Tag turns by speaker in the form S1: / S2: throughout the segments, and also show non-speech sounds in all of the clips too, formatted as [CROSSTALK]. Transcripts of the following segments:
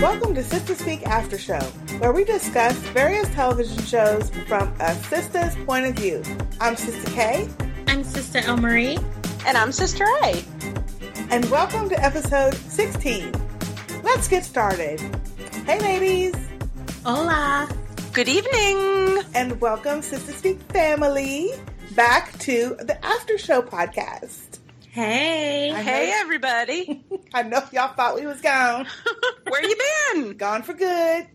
S1: Welcome to Sister Speak After Show, where we discuss various television shows from a sister's point of view. I'm Sister K,
S2: I'm Sister El Marie.
S3: And I'm Sister A.
S1: and welcome to episode 16. Let's get started. Hey, ladies,
S2: Hola.
S3: Good evening.
S1: and welcome, Sister Speak family, back to the After Show podcast.
S2: Hey.
S1: I
S3: Hey,
S1: know-
S3: [LAUGHS] everybody.
S1: I know y'all thought we was gone.
S3: Where you been?
S1: gone for good.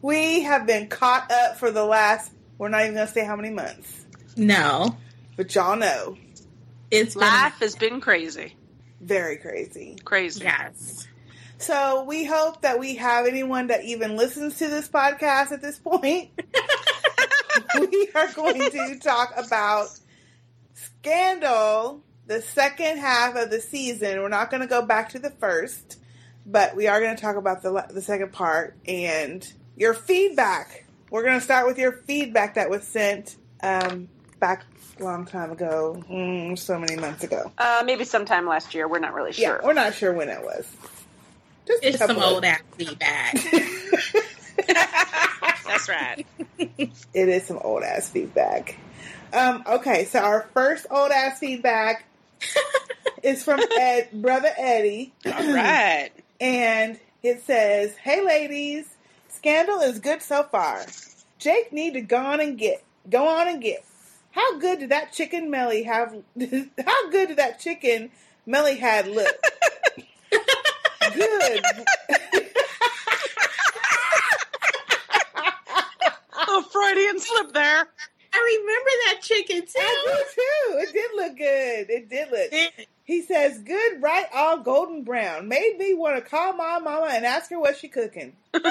S1: we have been caught up for the last, we're not even going to say how many months,
S2: No.
S1: but y'all know.
S2: It's been
S3: Life has been crazy.
S1: Very crazy.
S3: Crazy.
S2: yes.
S1: So we hope that we have anyone that even listens to this podcast at this point. [LAUGHS] we are going to talk about Scandal, the second half of the season. We're not going to go back to the first, but we are going to talk about the la- the second part and your feedback. We're going to start with your feedback that was sent um, back a long time ago, mm, so many months ago.
S3: Uh, maybe sometime last year. We're not really
S1: Yeah,
S3: sure.
S1: we're not sure when it was. Just a
S2: It's some
S1: couple of-
S2: old ass feedback.
S1: [LAUGHS]
S3: That's [LAUGHS] right.
S1: It is some old ass feedback. Um, okay, so our first old ass feedback is from Ed, brother Eddie,
S3: All right.
S1: and it says, "Hey ladies, scandal is good so far. Jake need to go on and get go on and get. How good did that chicken Melly have? [LAUGHS] how good did that chicken Melly had look? good.
S3: Oh, Freudian slip there.
S2: I remember that chicken
S1: I
S2: too.
S1: do too. It did look good. It did look. He says, "Good, bright, all golden brown." Made me want to call my mama and ask her what she
S3: [LAUGHS]
S1: cooking. all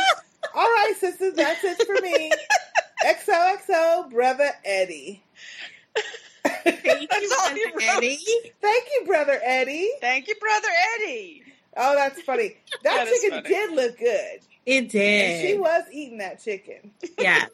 S1: right, sisters, that's it for me. XOXO, brother Eddie. [LAUGHS]
S2: Thank
S3: That's
S2: you,
S3: all
S2: Brother
S3: you wrote.
S2: Eddie.
S1: Thank you, brother Eddie.
S3: Thank you, Brother Eddie.
S1: Oh, that's
S3: [LAUGHS]
S1: funny. That,
S3: That is
S1: chicken
S3: funny.
S1: did look good.
S2: It
S1: And she
S2: did.
S1: was [LAUGHS] eating that chicken.
S2: yes.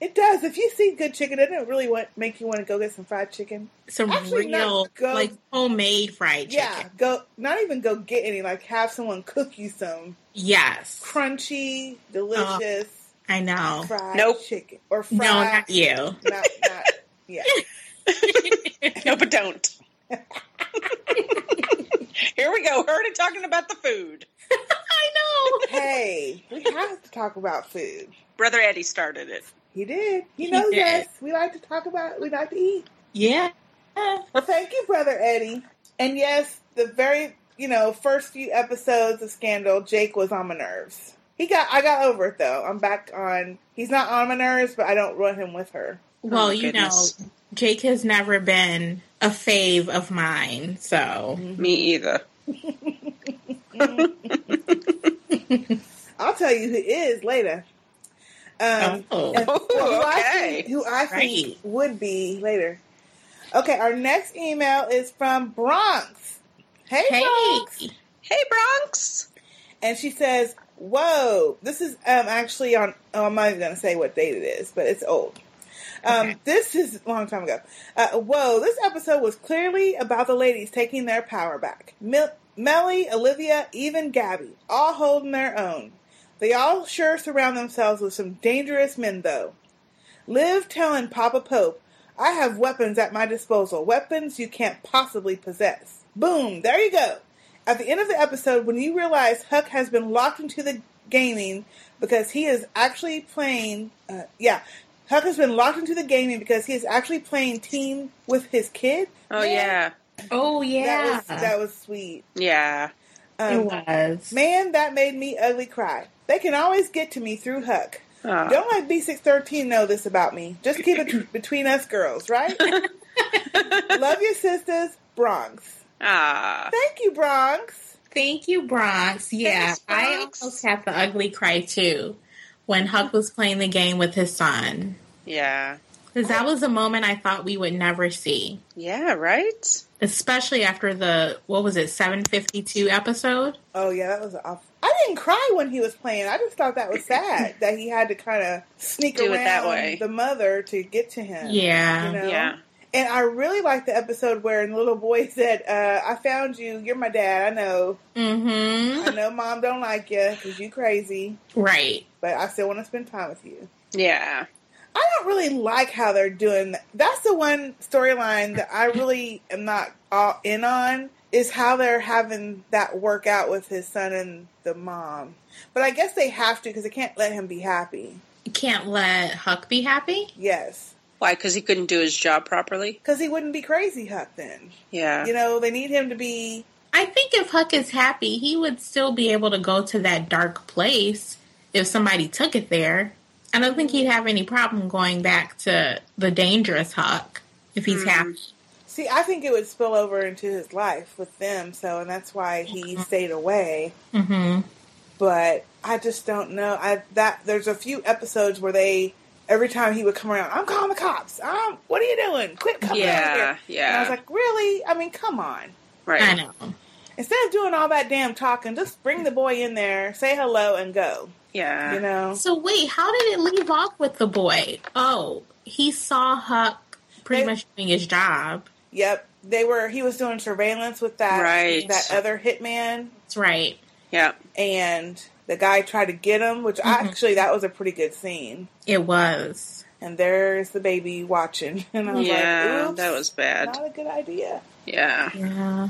S1: It does. If you see good chicken, doesn't it really want, make you want to go get some fried chicken?
S2: Some
S1: Actually, not
S2: real,
S1: go-
S2: like homemade fried chicken.
S1: Yeah, go. Not even go get any. Like have someone cook you some
S2: Yes.
S1: crunchy, delicious
S2: I know.
S1: fried
S3: Nope.
S1: chicken or fried.
S2: No, not you.
S1: not, not yeah.
S3: [LAUGHS]
S2: [LAUGHS]
S3: No, but don't. [LAUGHS] Here we go. Already talking about the food.
S2: I know.
S1: Hey, we have to talk about food.
S3: Brother Eddie started it.
S1: He did. He
S2: He
S1: knows
S2: did.
S1: us. We like to talk about. We like to eat.
S2: Yeah.
S1: Well, thank you, brother Eddie. And yes, the very you know first few episodes of Scandal, Jake was on my nerves. He got. I got over it though. I'm back on. He's not on my nerves, but I don't run him with her.
S2: Well,
S3: Oh, my
S2: you
S3: goodness.
S2: know, Jake has never been a fave of mine, so
S3: Me either.
S1: Mm.
S2: [LAUGHS]
S1: I'll tell you who is later. Um,
S2: Oh. [LAUGHS]
S1: and-
S3: Oh,
S1: who I
S3: okay.
S1: think- who I think
S2: Right.
S1: would be later. Okay, our next email is from Bronx. Hey,
S2: hey.
S1: Bronx.
S3: Hey, Bronx.
S1: and she says, "Whoa, this is um, actually on. Oh, I'm not even going to say what date it is, but it's old. Um,
S2: Okay.
S1: This is a long time ago. Uh, whoa, this episode was clearly about the ladies taking their power back. Mil- Melly, Olivia, even Gabby, all holding their own. They all sure surround themselves with some dangerous men, though. Liv telling Papa Pope, I have weapons at my disposal, weapons you can't possibly possess. Boom, there you go. At the end of the episode, when you realize Huck has been locked into the gaming because he is actually playing, uh, yeah, Huck has been locked into the gaming because he is actually playing team with his kid.
S3: Oh,
S1: Man,
S3: yeah.
S2: Oh yeah,
S1: That was, that was sweet.
S3: Yeah.
S2: it
S1: Um,
S2: was.
S1: man, that made me ugly cry. They can always get to me through Huck.
S3: Aw.
S1: Don't let B613 know this about me. Just keep
S2: [LAUGHS]
S1: it between us girls, right? [LAUGHS] Love your sisters, Bronx.
S3: Ah.
S1: Thank you, Bronx.
S2: Thank you, Bronx. Yeah,
S3: Thanks,
S2: I
S3: Bronx.
S2: almost had the ugly cry too when Huck was playing the game with his son
S3: Yeah.
S2: because that was a moment I thought we would never see,
S3: Yeah, right?
S2: especially after the what was it seven fifty two episode.
S1: Oh yeah, that was off. I didn't cry when he was playing. I just thought that was sad
S3: [LAUGHS]
S1: that he had to kind of sneak
S3: Do
S1: around
S3: it that way.
S1: the mother to get to him.
S2: Yeah,
S1: You know?
S3: Yeah.
S1: And I really liked the episode where the little boy [LAUGHS] said, uh, "I found you. You're my dad. I know.
S2: Mm-hmm.
S1: I know. Mom don't like you because you crazy,
S2: Right.
S1: but I still want to spend time with you."
S3: Yeah.
S1: I don't really like how they're doing. That. That's the one storyline that I really am not all in on is how they're having that work out with his son and the mom. But I guess they have to because they can't let him be happy.
S2: Can't let Huck be happy.
S1: Yes,
S3: Why? Because he couldn't do his job properly.
S1: because he wouldn't be crazy Huck then.
S3: Yeah.
S1: You know, they need him to be.
S2: I think if Huck is happy, he would still be able to go to that dark place if somebody took it there. I don't think he'd have any problem going back to the dangerous Huck if he's
S3: Hmm.
S2: happy.
S1: See, I think it would spill over into his life with them. So, and that's why he stayed away.
S2: hmm
S1: but I just don't know. I that there's a few episodes where they every time he would come around, I'm calling the cops. I'm what are you doing? Quit coming out here.
S3: Yeah.
S1: And I was
S3: Yeah.
S1: like, really? I mean, come on.
S2: I
S3: Right.
S2: know.
S1: Instead of doing all that damn talking, just bring the boy in there, say hello, and go. You
S3: Yeah.
S1: know,
S2: So wait, how did it leave off with the boy? Oh, he saw Huck pretty
S1: They-
S2: much doing his job.
S1: yep. They were. He was doing surveillance with that
S3: Right.
S1: that other hitman,
S2: That's right.
S3: Yeah.
S1: and the guy tried to get him. Which
S2: Mhm.
S1: actually, that was a pretty good scene.
S2: It was.
S1: And there's the baby watching, [LAUGHS] and I was like,
S3: Yeah.
S1: Oops,
S3: That was bad.
S1: not a good idea.
S3: Yeah.
S2: Yeah.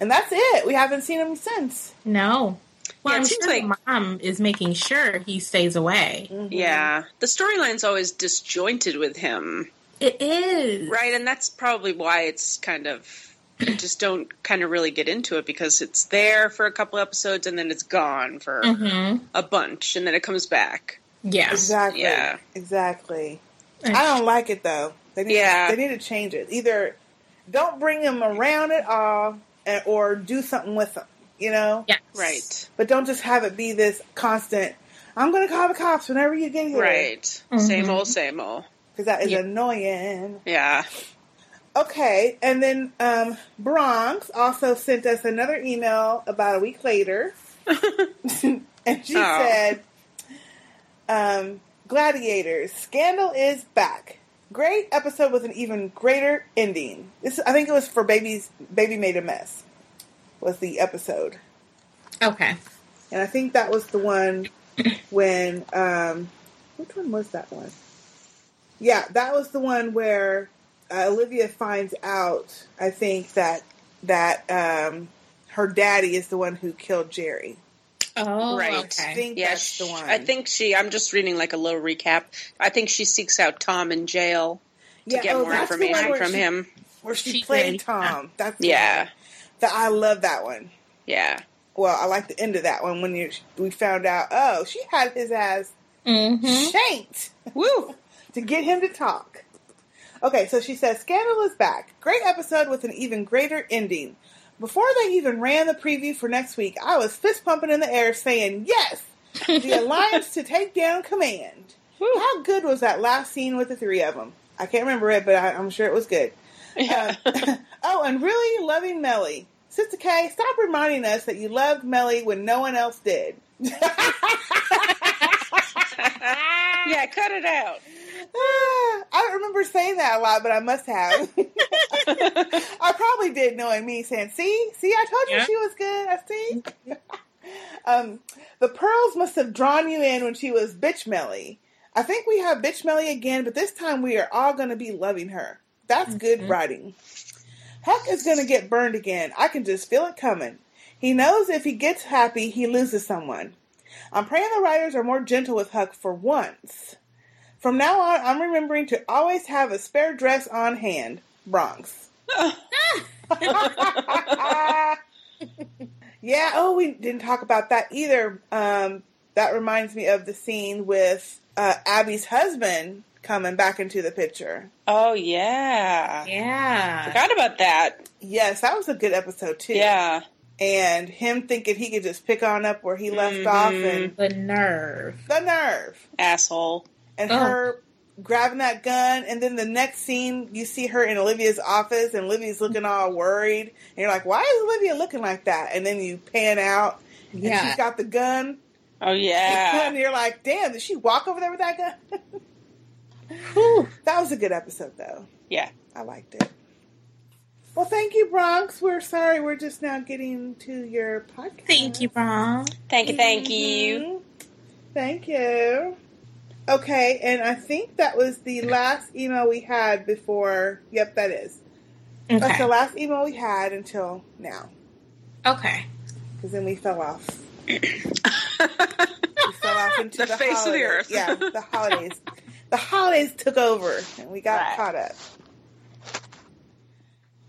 S1: And that's it. We haven't seen him since.
S2: No. Well,
S3: Yeah, it
S2: I'm
S3: seems
S2: sure
S3: like- Mm.
S2: mom is making sure he stays away.
S1: Mm-hmm.
S3: Yeah. The storyline's always disjointed with him.
S2: It is.
S3: Right, and that's probably why it's kind of you just don't kind of really get into it because it's there for a couple episodes and then it's gone for
S2: hmm
S3: a bunch and then it comes back.
S2: Yeah.
S1: Exactly.
S3: Yeah.
S1: Exactly. I don't like it though. They need
S3: Yeah.
S1: they need to change it. Either don't bring him around at all eh, or do something with him, you know?
S2: Yes.
S3: Right.
S1: But don't just have it be this constant I'm going to call the cops whenever you get here.
S3: Right. Same
S2: Mhm.
S3: old, same old.
S1: Because that is
S2: Yeah.
S1: annoying.
S3: Yeah.
S1: Okay. And then um, Bronx also sent us another email about a week later. and she
S3: Oh.
S1: said, um, Gladiators, Scandal is back. Great episode with an even greater ending. This, I think it was for Baby's Baby Made a Mess, was the episode.
S2: Okay.
S1: And I think that was the one when, um, which one was that one? Yeah, that was the one where uh, Olivia finds out, I think, that, that, um, her daddy is the one who killed Jerry.
S2: Oh,
S3: Right.
S1: I
S2: okay.
S1: think
S3: Yeah,
S1: that's the
S3: sh-
S1: one.
S3: I think she. I'm just reading like a little recap. I think she seeks out Tom in jail to get more
S1: oh, that's the one
S3: information
S1: where
S3: from
S1: she-
S3: him.
S1: Where she,
S2: She
S1: played
S2: played
S1: Tom. That's the
S3: Yeah,
S1: one. That I love that one.
S3: yeah,
S1: Well, I like the end of that one when you we found out. Oh, she had his ass
S2: hmm
S1: shanked
S3: woo,
S1: to get him to talk. Okay, so she says Scandal is back. Great episode with an even greater ending. Before they even ran the preview for next week, I was fist pumping in the air saying, Yes! The alliance to take down command.
S3: woo.
S1: How good was that last scene with the three of them? I can't remember it, but I, I'm sure it was good.
S3: Yeah.
S1: Um, [LAUGHS] oh, and really loving Melly. Sister K, stop reminding us that you loved Melly when no one else did.
S2: Ah.
S3: yeah, cut it out.
S1: Ah, I don't remember saying that a lot, but I must have. I probably did, knowing me, saying, "See, see, I told you
S2: Yeah.
S1: she was good. I see." um, the pearls must have drawn you in when she was bitch Melly. I think we have bitch Melly again, but this time we are all going to be loving her. That's good
S2: Mhm.
S1: writing. Huck is going to get burned again. I can just feel it coming. He knows if he gets happy, he loses someone. I'm praying the writers are more gentle with Huck for once. From now on, I'm remembering to always have a spare dress on hand. Bronx. yeah, oh, we didn't talk about that either. Um, that reminds me of the scene with uh, Abby's husband coming back into the picture.
S3: Oh yeah,
S2: Yeah.
S3: forgot about that.
S1: Yes, that was a good episode, too.
S3: Yeah,
S1: And him thinking he could just pick on up where he left off
S3: Mhm.
S1: and
S2: The nerve.
S1: the nerve.
S3: asshole.
S1: and
S2: Oh.
S1: her grabbing that gun and then the next scene you see her in olivia's office and olivia's looking all worried and you're like why is olivia looking like that and then you pan out and she's
S2: Yeah.
S1: got the gun
S3: Oh
S1: and [LAUGHS]
S3: yeah,
S1: you're like damn did she walk over there with that gun Whew, that was a good episode, though.
S3: Yeah.
S1: I liked it. Well, thank you, Bronx. We're sorry we're just now getting to your podcast.
S2: Thank you, Bron.
S3: Thank you, [LAUGHS] thank you.
S1: Mhm. Thank you. Okay, and I think that was the last email we had before. Yep, that is. That's the
S2: Okay.
S1: last email we had until now,
S2: Okay.
S1: because then we fell off. We fell
S3: [LAUGHS]
S1: off into the,
S3: The face of the
S1: holidays.
S3: earth.
S1: yeah, the holidays. The holidays took over, and we got
S3: Right.
S1: caught up.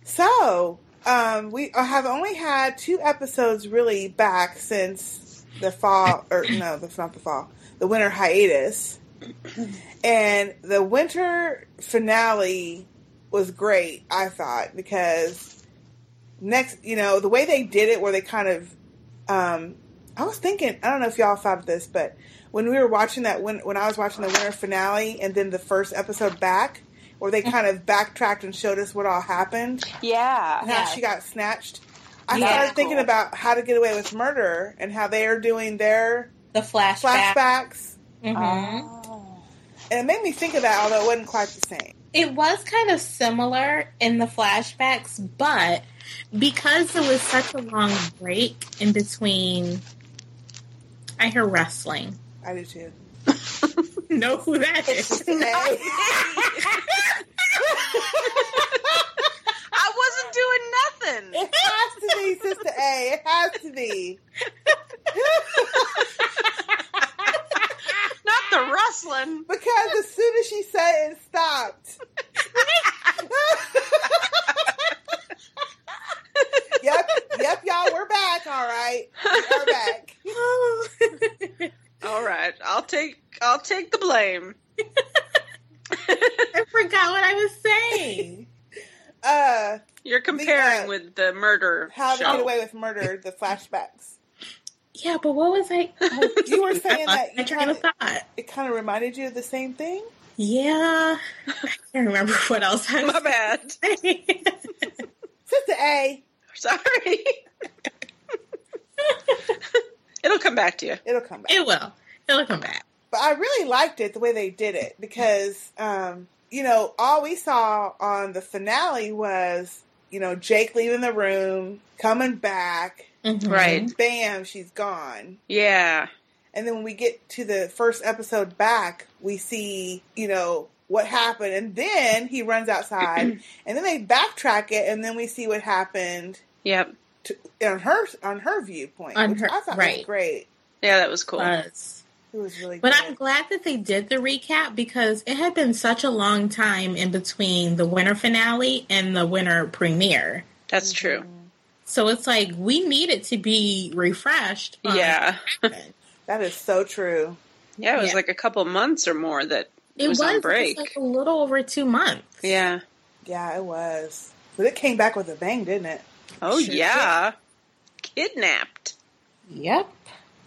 S1: So um, we have only had two episodes really back since the fall, or no, that's not the fall, the winter hiatus, and the winter finale was great. I thought because next, you know, the way they did it, where they kind of, um, I was thinking, I don't know if y'all thought of this, but when we were watching that, when when I was watching the winter finale and then the first episode back, where they kind of backtracked and showed us what all happened,
S3: Yeah.
S1: how
S2: Yeah.
S1: she got snatched. I
S2: Yeah.
S1: started thinking
S3: Cool.
S1: about how to get away with murder and how they are doing their
S2: The flashback.
S1: flashbacks,
S2: Mhm.
S1: Mm-hmm.
S3: Oh.
S1: [LAUGHS] and it made me think of that, although it wasn't quite the same.
S2: It was kind of similar in the flashbacks, but because it was such a long break in between, I hear wrestling.
S1: I do too.
S2: [LAUGHS] Know who that [LAUGHS] is?
S3: I wasn't doing
S1: [LAUGHS]
S3: nothing.
S1: [LAUGHS]
S3: [LAUGHS]
S1: It has to be Sister A. It has to be.
S3: Not the wrestling.
S1: Because as soon as she said it, it stopped. [LAUGHS] yep, yep, y'all, we're back. All right, we are back.
S2: [LAUGHS]
S3: All right, I'll take I'll take the blame.
S2: I forgot what I was saying.
S1: Uh,
S3: You're comparing
S1: uh,
S3: with the murder
S1: how to
S3: show.
S1: get away with murder? The flashbacks.
S2: Yeah, but what was I?
S1: You were saying
S2: I
S1: that
S2: my
S1: you
S2: train
S1: kinda,
S2: of thought.
S1: it kind of reminded you of the same thing.
S2: Yeah, I can't remember [LAUGHS] what else I
S3: [LAUGHS] My
S2: was
S3: bad.
S2: saying. [LAUGHS]
S1: Sister A, [LAUGHS]
S3: Sorry. It'll come back to you.
S1: it'll come back.
S2: it will. It'll come back.
S1: But I really liked it the way they did it because, um, you know, all we saw on the finale was, you know, Jake leaving the room, coming back,
S2: Mhm.
S3: Right.
S1: bam, she's gone.
S3: Yeah.
S1: And then when we get to the first episode back, we see, you know, what happened. And then he runs
S2: [CLEARS THROAT]
S1: outside and then they backtrack it and then we see what happened
S3: Yep.
S1: to, on her on her viewpoint,
S2: On
S1: which
S2: her-
S1: I thought was
S2: right.
S1: great.
S3: Yeah, that was cool.
S2: Was.
S1: It was really
S2: But
S1: good.
S2: I'm glad that they did the recap because it had been such a long time in between the winter finale and the winter premiere.
S3: That's true.
S1: Mm-hmm.
S2: So it's like we need it to be refreshed. on
S3: Yeah. [LAUGHS]
S2: what happened.
S1: That is so true.
S3: Yeah, it was
S2: Yeah.
S3: like a couple months or more that
S2: It was,
S3: was on
S2: just,
S3: break.
S2: like a little over two months.
S3: Yeah.
S1: Yeah, it was. But it came back with a bang, didn't it?
S3: Oh
S2: Sure
S3: yeah. Kidnapped.
S2: Yep.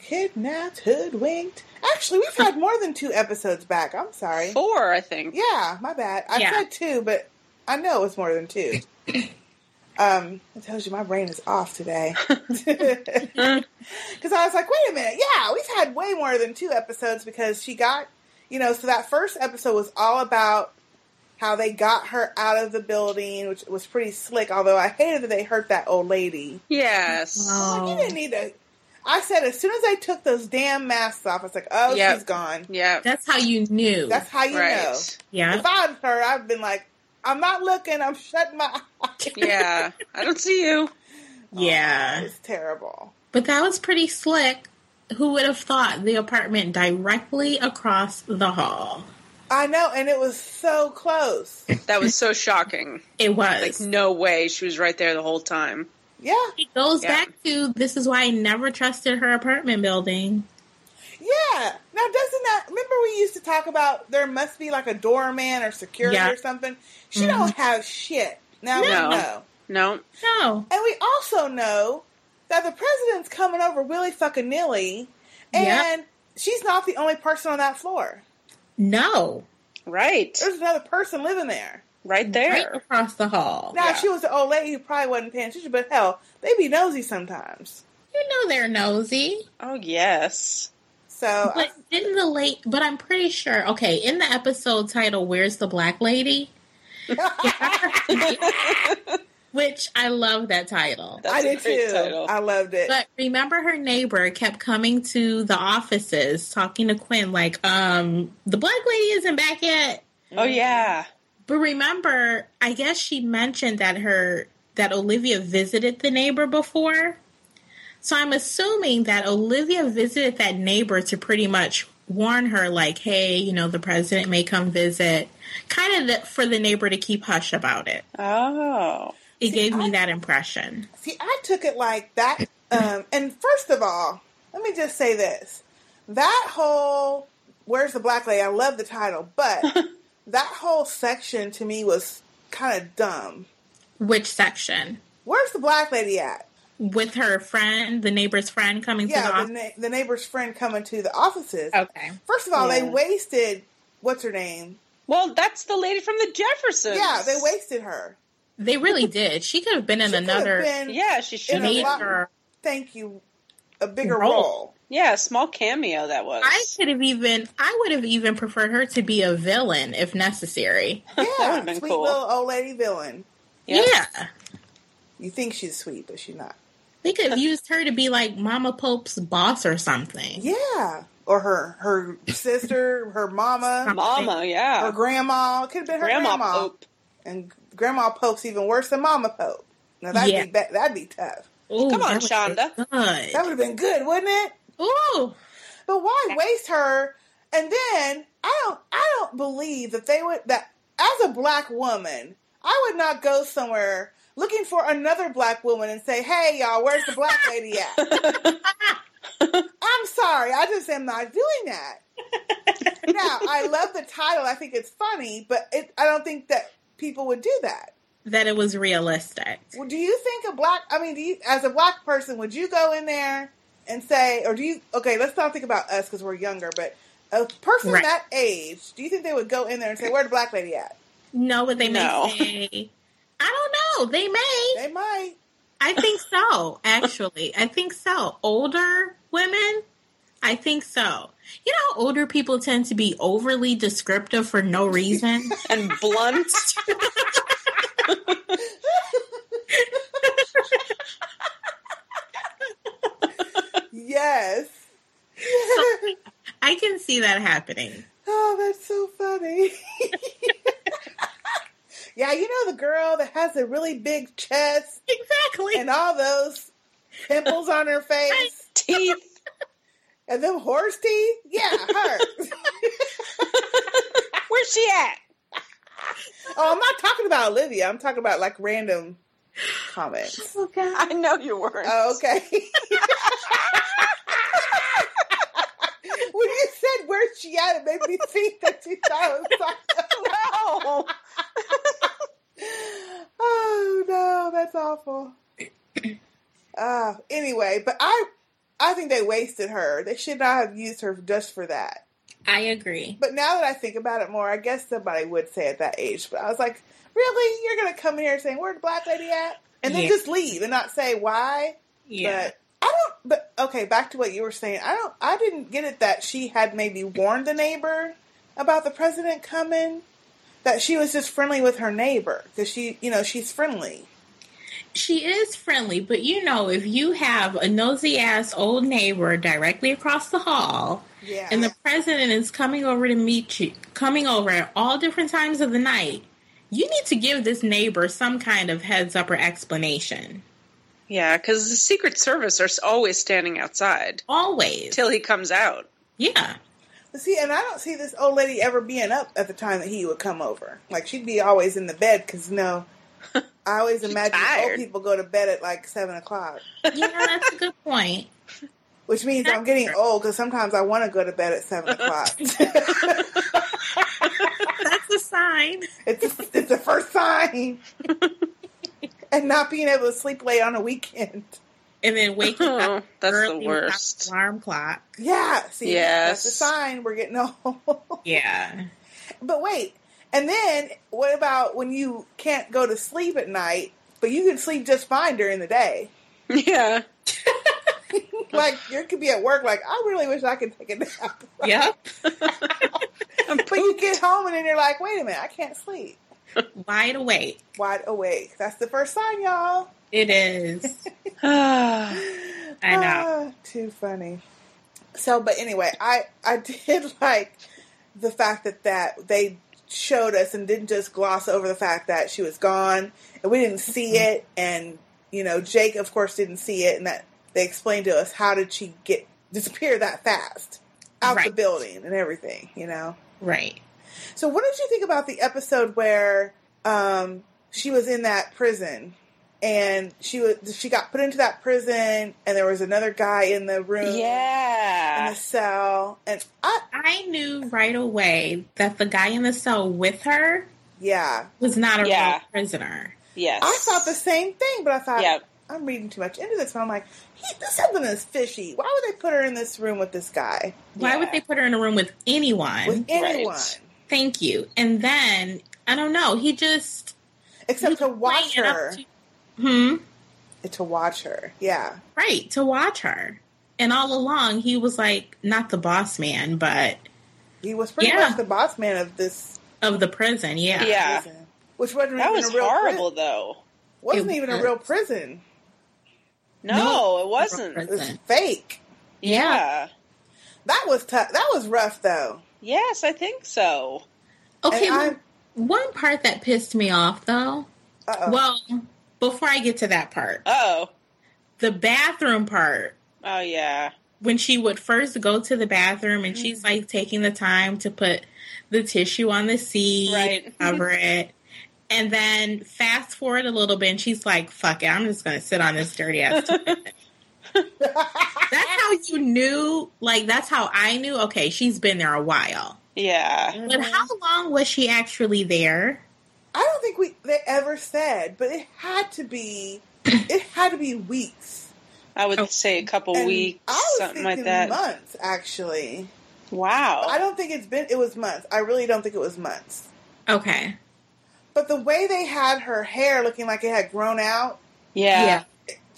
S1: Kidnapped, hoodwinked. Actually, we've had more than two episodes back. I'm sorry.
S3: Four, I think.
S1: Yeah, my bad. I
S2: Yeah.
S1: said two, but I know it was more than two. um, I tells you my brain is off today. [LAUGHS] Because I was like, wait a minute, yeah, we've had way more than two episodes because she got, you know, so that first episode was all about how they got her out of the building, which was pretty slick. Although I hated that they hurt that old lady.
S3: Yes.
S2: Oh.
S1: I'm like, you didn't need to. I said as soon as they took those damn masks off, I was like, oh,
S3: Yep.
S1: she's gone.
S3: Yeah.
S2: That's how you knew.
S1: That's how you
S3: right.
S1: know.
S2: yeah.
S1: If I was her, I've been like, I'm not looking. I'm shutting my
S2: [LAUGHS]
S1: eyes.
S3: Yeah. I don't see you.
S2: Yeah.
S1: it's terrible.
S2: But that was pretty slick. Who would have thought the apartment directly across the hall?
S1: I know, and it was so close.
S2: [LAUGHS]
S3: That was so shocking.
S2: It was.
S3: Like no way she was right there the whole time.
S1: Yeah,
S2: It goes
S3: Yeah.
S2: back to this is why I never trusted her apartment building.
S1: yeah. Now, doesn't that remember we used to talk about there must be like a doorman or security
S2: Yeah. Mm-hmm.
S1: or something? She don't have shit. Now we
S3: No.
S1: know,
S3: No.
S2: No.
S1: and we also know that the president's coming over willy fucking nilly, and
S2: Yeah.
S1: she's not the only person on that floor.
S2: No.
S3: Right.
S1: There's another person living there.
S3: Right
S2: Right
S3: there.
S2: across the hall.
S1: Now,
S3: Yeah.
S1: if she was an old lady who probably wasn't paying attention, but hell, they be nosy sometimes.
S2: You know they're nosy.
S3: Oh yes. [LAUGHS]
S1: So
S2: But in the late, but I'm pretty sure. Okay, in the episode title, "Where's the Black Lady,"
S1: [LAUGHS]
S2: which I love that title.
S1: I
S3: That's a
S1: did
S3: great
S1: too.
S3: title.
S1: I loved it.
S2: But remember, her neighbor kept coming to the offices, talking to Quinn, like, "Um, the Black Lady isn't back yet."
S3: oh yeah.
S2: But remember, I guess she mentioned that her that Olivia visited the neighbor before. So I'm assuming that Olivia visited that neighbor to pretty much warn her like, "Hey, you know, the president may come visit." Kind of the, for the neighbor to keep hush about it.
S3: Oh.
S2: It gave me that impression.
S1: See, I took it like that. Um, and first of all, let me just say this: that whole "Where's the Black Lady?" I love the title,
S3: [LAUGHS]
S1: but that whole section to me was kind of dumb.
S2: Which section?
S1: Where's the black lady at?
S2: With her friend, the neighbor's friend coming to the
S1: Yeah, the,
S2: office.
S1: na- the neighbor's friend coming to the offices.
S2: Okay.
S1: First of all, they
S3: Oh, Yeah.
S1: wasted what's her name?
S3: Well, that's the lady from the Jeffersons.
S1: Yeah, they wasted her.
S2: They really did. She could have been in
S1: She could have
S2: another
S1: been-
S3: Yeah, she should
S1: a lot-
S3: have.
S2: major
S1: Thank you. A bigger
S2: Role.
S1: role.
S3: [LAUGHS] Yeah, a small cameo that was.
S2: I could have even I would have even preferred her to be a villain if necessary.
S1: Yeah,
S3: would've been
S1: sweet
S3: cool.
S1: little old lady villain.
S3: Yeah.
S2: Yeah.
S1: You think she's sweet, but she's not.
S2: They could have used her to be like Mama Pope's boss or something.
S1: Yeah, or her her sister, her mama,
S3: Mama, yeah.
S1: her grandma. Could have been her grandma,
S3: grandma Pope.
S1: and Grandma Pope's even worse than Mama Pope. Now that'd
S2: Yeah.
S1: be ba- that'd be tough.
S2: Ooh,
S3: Come on,
S2: that would've been
S1: That would have been good, wouldn't it?
S2: Good. Ooh.
S1: But why waste her? And then I don't I don't believe that they would that as a black woman I would not go somewhere looking for another black woman and say, "Hey y'all, where's the black lady at?" I'm sorry, I just am not doing that. now I love the title; I think it's funny, but it, I don't think that people would do that.
S2: That it was realistic.
S1: Well, do you think a black? I mean, do you, as a black person, would you go in there and say, or do you? Okay, let's not think about us because we're younger, but a person
S2: Right.
S1: that age, do you think they would go in there and say, "Where the black lady at?"
S2: No, what they may
S3: No.
S2: say. I don't know. They may.
S1: They might.
S2: I think so, actually. I think so. Older women, I think so. You know how older people tend to be overly descriptive for no reason?
S3: And blunt. [LAUGHS]
S1: Yes.
S2: I can see that happening.
S1: [LAUGHS] oh, that's so funny. [LAUGHS] yeah, you know the girl that has a really big chest
S2: Exactly.
S1: and all those pimples on her face
S3: teeth.
S1: and them horse teeth. Yeah, her.
S3: Where's she at?
S1: Oh, I'm not talking about Olivia. I'm talking about like random comments.
S2: Okay.
S3: I know you weren't.
S1: Oh, okay. when you said where's she at, it made me think that you thought it was like,
S3: no.
S1: [LAUGHS] oh no, that's awful. [CLEARS THROAT] Uh, anyway, but I, I think they wasted her. They should not have used her just for that.
S2: I agree.
S1: But now that I think about it more, I guess somebody would say at that age. But I was like, really? You're going to come here saying, where the black lady at? And then
S2: Yeah.
S1: just leave and not say why?
S2: Yeah.
S1: But I don't, but okay, back to what you were saying. I don't, I didn't get it that she had maybe warned the neighbor about the president coming, that she was just friendly with her neighbor because she, you know, she's friendly.
S2: She is friendly, but you know, if you have a nosy ass old neighbor directly across the hall
S1: Yeah.
S2: and the president is coming over to meet you, coming over at all different times of the night, you need to give this neighbor some kind of heads up or explanation.
S3: Yeah, because the Secret Service are always standing outside
S2: Always.
S3: till he comes out.
S2: Yeah.
S1: see, and I don't see this old lady ever being up at the time that he would come over. Like she'd be always in the bed because no,
S3: [LAUGHS]
S1: I always imagine old
S3: tired.
S1: people go to bed at like seven o'clock.
S2: Yeah, that's a good
S3: [LAUGHS]
S2: point.
S1: Which means I'm getting old because sometimes I want to go to bed at
S3: [LAUGHS]
S1: seven o'clock. [LAUGHS]
S2: That's a sign.
S1: it's it's the first
S3: [LAUGHS]
S1: sign, and not being able to sleep late on a weekend.
S2: And then waking
S3: Oh,
S2: up
S3: [LAUGHS] that's
S2: early
S3: the
S2: without
S3: worst. [LAUGHS]
S2: alarm clock.
S1: Yeah, see, that's the
S3: Yes.
S1: sign we're getting [LAUGHS] old.
S2: Yeah.
S1: but wait, and then what about when you can't go to [SIGHS] sleep at night, but you can sleep just fine during the day?
S3: Yeah.
S1: like you could be at work, like I really wish I could take a nap.
S3: Yep.
S1: but you get home and then you're like, wait a minute, I can't sleep.
S2: Wide awake.
S1: Wide awake. That's the first sign, y'all.
S2: It is.
S3: [LAUGHS]
S2: I know.
S1: Ah, too funny. So, but anyway, I I [LAUGHS] did like the fact that that they showed us and didn't just gloss over the fact that she was gone and we didn't see
S2: Mm-hmm.
S1: it and you know Jake of course didn't see it and that they explained to us how did she get disappear that fast out the
S2: Right.
S1: building and everything, you know.
S2: Right.
S1: So, what did you think about the episode where um, she was in that prison and she was she got put into that prison and there was another guy in the room, in
S3: yeah.
S1: the cell, and I
S2: I knew right away that the guy in the cell with her
S1: yeah,
S2: was not a
S3: Yeah.
S2: real prisoner.
S3: Yes.
S1: I thought the same thing, but I thought
S3: Yeah.
S1: I'm reading too much into this, and I'm like, he, there's something that's fishy. Why would they put her in this room with this guy
S2: Why would
S3: Yeah.
S2: they put her in a room with anyone?
S1: with anyone
S2: Thank you. And then I don't know. He just
S1: except to watch
S2: ran up
S1: her?
S2: to- hmm.
S1: To watch her, yeah,
S2: Right, to watch her. And all along, he was like, not the boss man, but
S1: he was pretty
S2: Yeah.
S1: much the boss man of this
S2: of the prison. Yeah.
S3: Yeah.
S1: prison, which wasn't
S3: That
S1: even
S3: was
S1: a real prison.
S3: horrible, though.
S1: wasn't
S2: It
S1: even a
S2: was.
S1: real prison.
S3: No,
S2: No.
S3: it wasn't.
S1: It was
S2: Prison.
S1: fake.
S2: Yeah.
S3: Yeah.
S1: That was tough. That was rough, though.
S3: Yes, I think so.
S2: Okay,
S1: And I-
S2: one part that pissed me off, though.
S1: Uh-oh. [LAUGHS]
S2: Well, before I get to that part,
S3: Oh.
S2: the bathroom part,
S3: Oh, yeah.
S2: when she would first go to the bathroom and she's
S1: Mm-hmm.
S2: like taking the time to put the tissue on the seat,
S1: [LAUGHS]
S3: Right.
S2: cover it. And then fast forward a little bit, and she's like, "Fuck it, I'm just gonna sit on this dirty
S1: [LAUGHS]
S2: ass." toilet." that's how you knew, like that's how I knew. Okay, she's been there a while,
S3: Yeah.
S1: Mm-hmm.
S2: but how long was she actually there?
S1: I don't think we they ever said, but it had to be. It had to be weeks.
S3: I would
S2: Oh.
S3: say a couple
S1: And
S3: weeks,
S1: I was
S3: something
S1: thinking
S3: like that. Oh.
S1: Months, actually. I
S3: Wow.
S1: don't think it's been. It was months. I really don't think it was months.
S2: Okay,
S1: But the way they had her hair looking like it had grown out
S3: Yeah.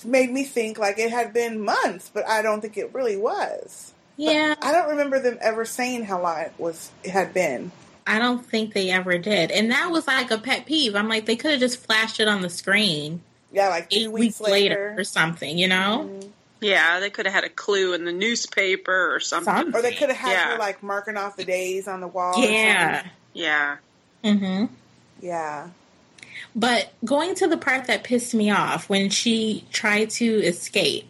S1: made me think like it had been months, but I don't think it really was.
S2: yeah.
S1: I don't remember them ever saying how long it was it had been.
S2: I don't think they ever did, and that was like a pet peeve. I'm like, they could have just flashed it on the screen
S1: Yeah, like
S2: eight
S1: two weeks, later.
S2: or something, you know.
S1: Mhm.
S3: Yeah, they could have had a clue in the newspaper or something.
S2: Some-
S1: Or they could have had
S3: Yeah.
S1: her like marking off the days on the wall. or
S2: Yeah.
S1: something.
S3: Yeah.
S2: hmm
S1: yeah.
S2: But going to the part that pissed me off when she tried to escape.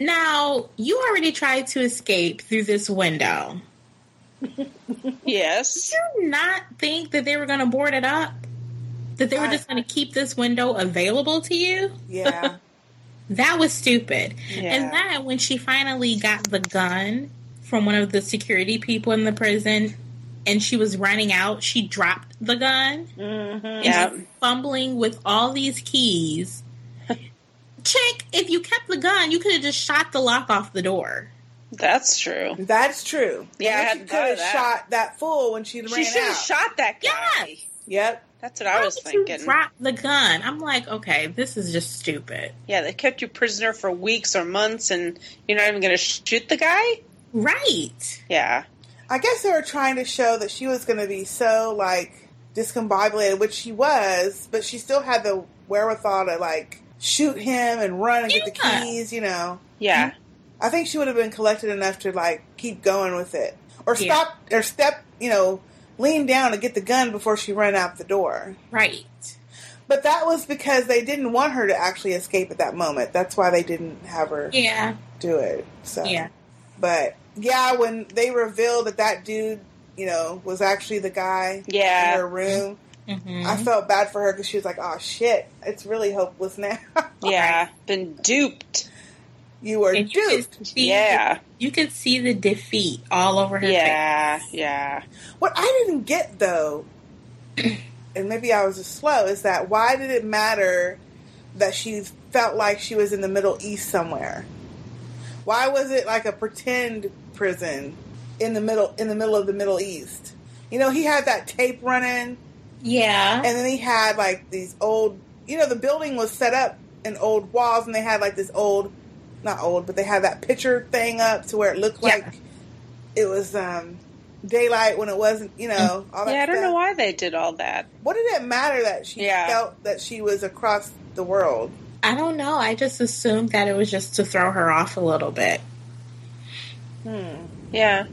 S2: Now, you already tried to escape through this window.
S3: Yes.
S2: Do you not think that they were going to board it up? That they were
S1: I-
S2: just going to keep this window available to you?
S1: Yeah.
S2: That was stupid.
S3: Yeah.
S2: And then when she finally got the gun from one of the security people in the prison and she was running out, she dropped the gun.
S1: mm-hmm.
S3: Yeah.
S2: and she's fumbling with all these
S3: [LAUGHS]
S2: keys. Chick, if you kept the gun, you could have just shot the lock off the door.
S3: That's true.
S1: That's true.
S3: Yeah, I
S1: And she
S3: hadn't
S1: could
S3: thought
S1: have
S3: of that.
S1: shot that fool when she ran
S3: She should
S1: out.
S3: have shot that guy.
S2: Yes.
S1: yep.
S3: That's what I was
S2: Why would
S3: thinking.
S2: You drop the gun. I'm like, okay, this is just stupid.
S3: Yeah, they kept you prisoner for weeks or months, and you're not even going to shoot the guy.
S2: Right.
S3: Yeah,
S1: I guess they were trying to show that she was going to be so like discombobulated, which she was, but she still had the wherewithal to like shoot him and run and get the
S2: Yeah.
S1: keys. You know.
S3: yeah,
S1: I think she would have been collected enough to like keep going with it, or
S2: Yeah.
S1: stop, or step, you know, lean down and get the gun before she ran out the door.
S2: Right.
S1: But that was because they didn't want her to actually escape at that moment. That's why they didn't have her
S2: Yeah.
S1: do it. So,
S2: Yeah.
S1: but yeah, when they revealed that that dude, you know, was actually the guy in
S3: yeah,
S1: her room,
S2: Mhm.
S1: I felt bad for her because she was like, "Oh shit, it's really hopeless now. [LAUGHS]
S3: yeah. Been duped.
S1: you were
S2: And you
S1: duped."
S2: could see,
S3: Yeah,
S2: You could see the defeat all over her
S3: yeah,
S2: face.
S3: yeah.
S1: What I didn't get though, and maybe I was just slow, is that why did it matter that she felt like she was in the Middle East somewhere? Why was it like a pretend prison in the middle in the middle of the Middle East? You know, he had that tape running,
S2: Yeah.
S1: and then he had like these old. You know, the building was set up in old walls, and they had like this old not old, but they had that picture thing up to where it looked
S2: Yeah.
S1: like it was um, daylight when it wasn't. You know, all that.
S3: Mm. Yeah, I don't
S1: stuff.
S3: know why they did all that.
S1: What did it matter that she
S3: Yeah.
S1: felt that she was across the world?
S2: I don't know. I just assumed that it was just to throw her off a little bit.
S1: Hmm.
S3: Yeah,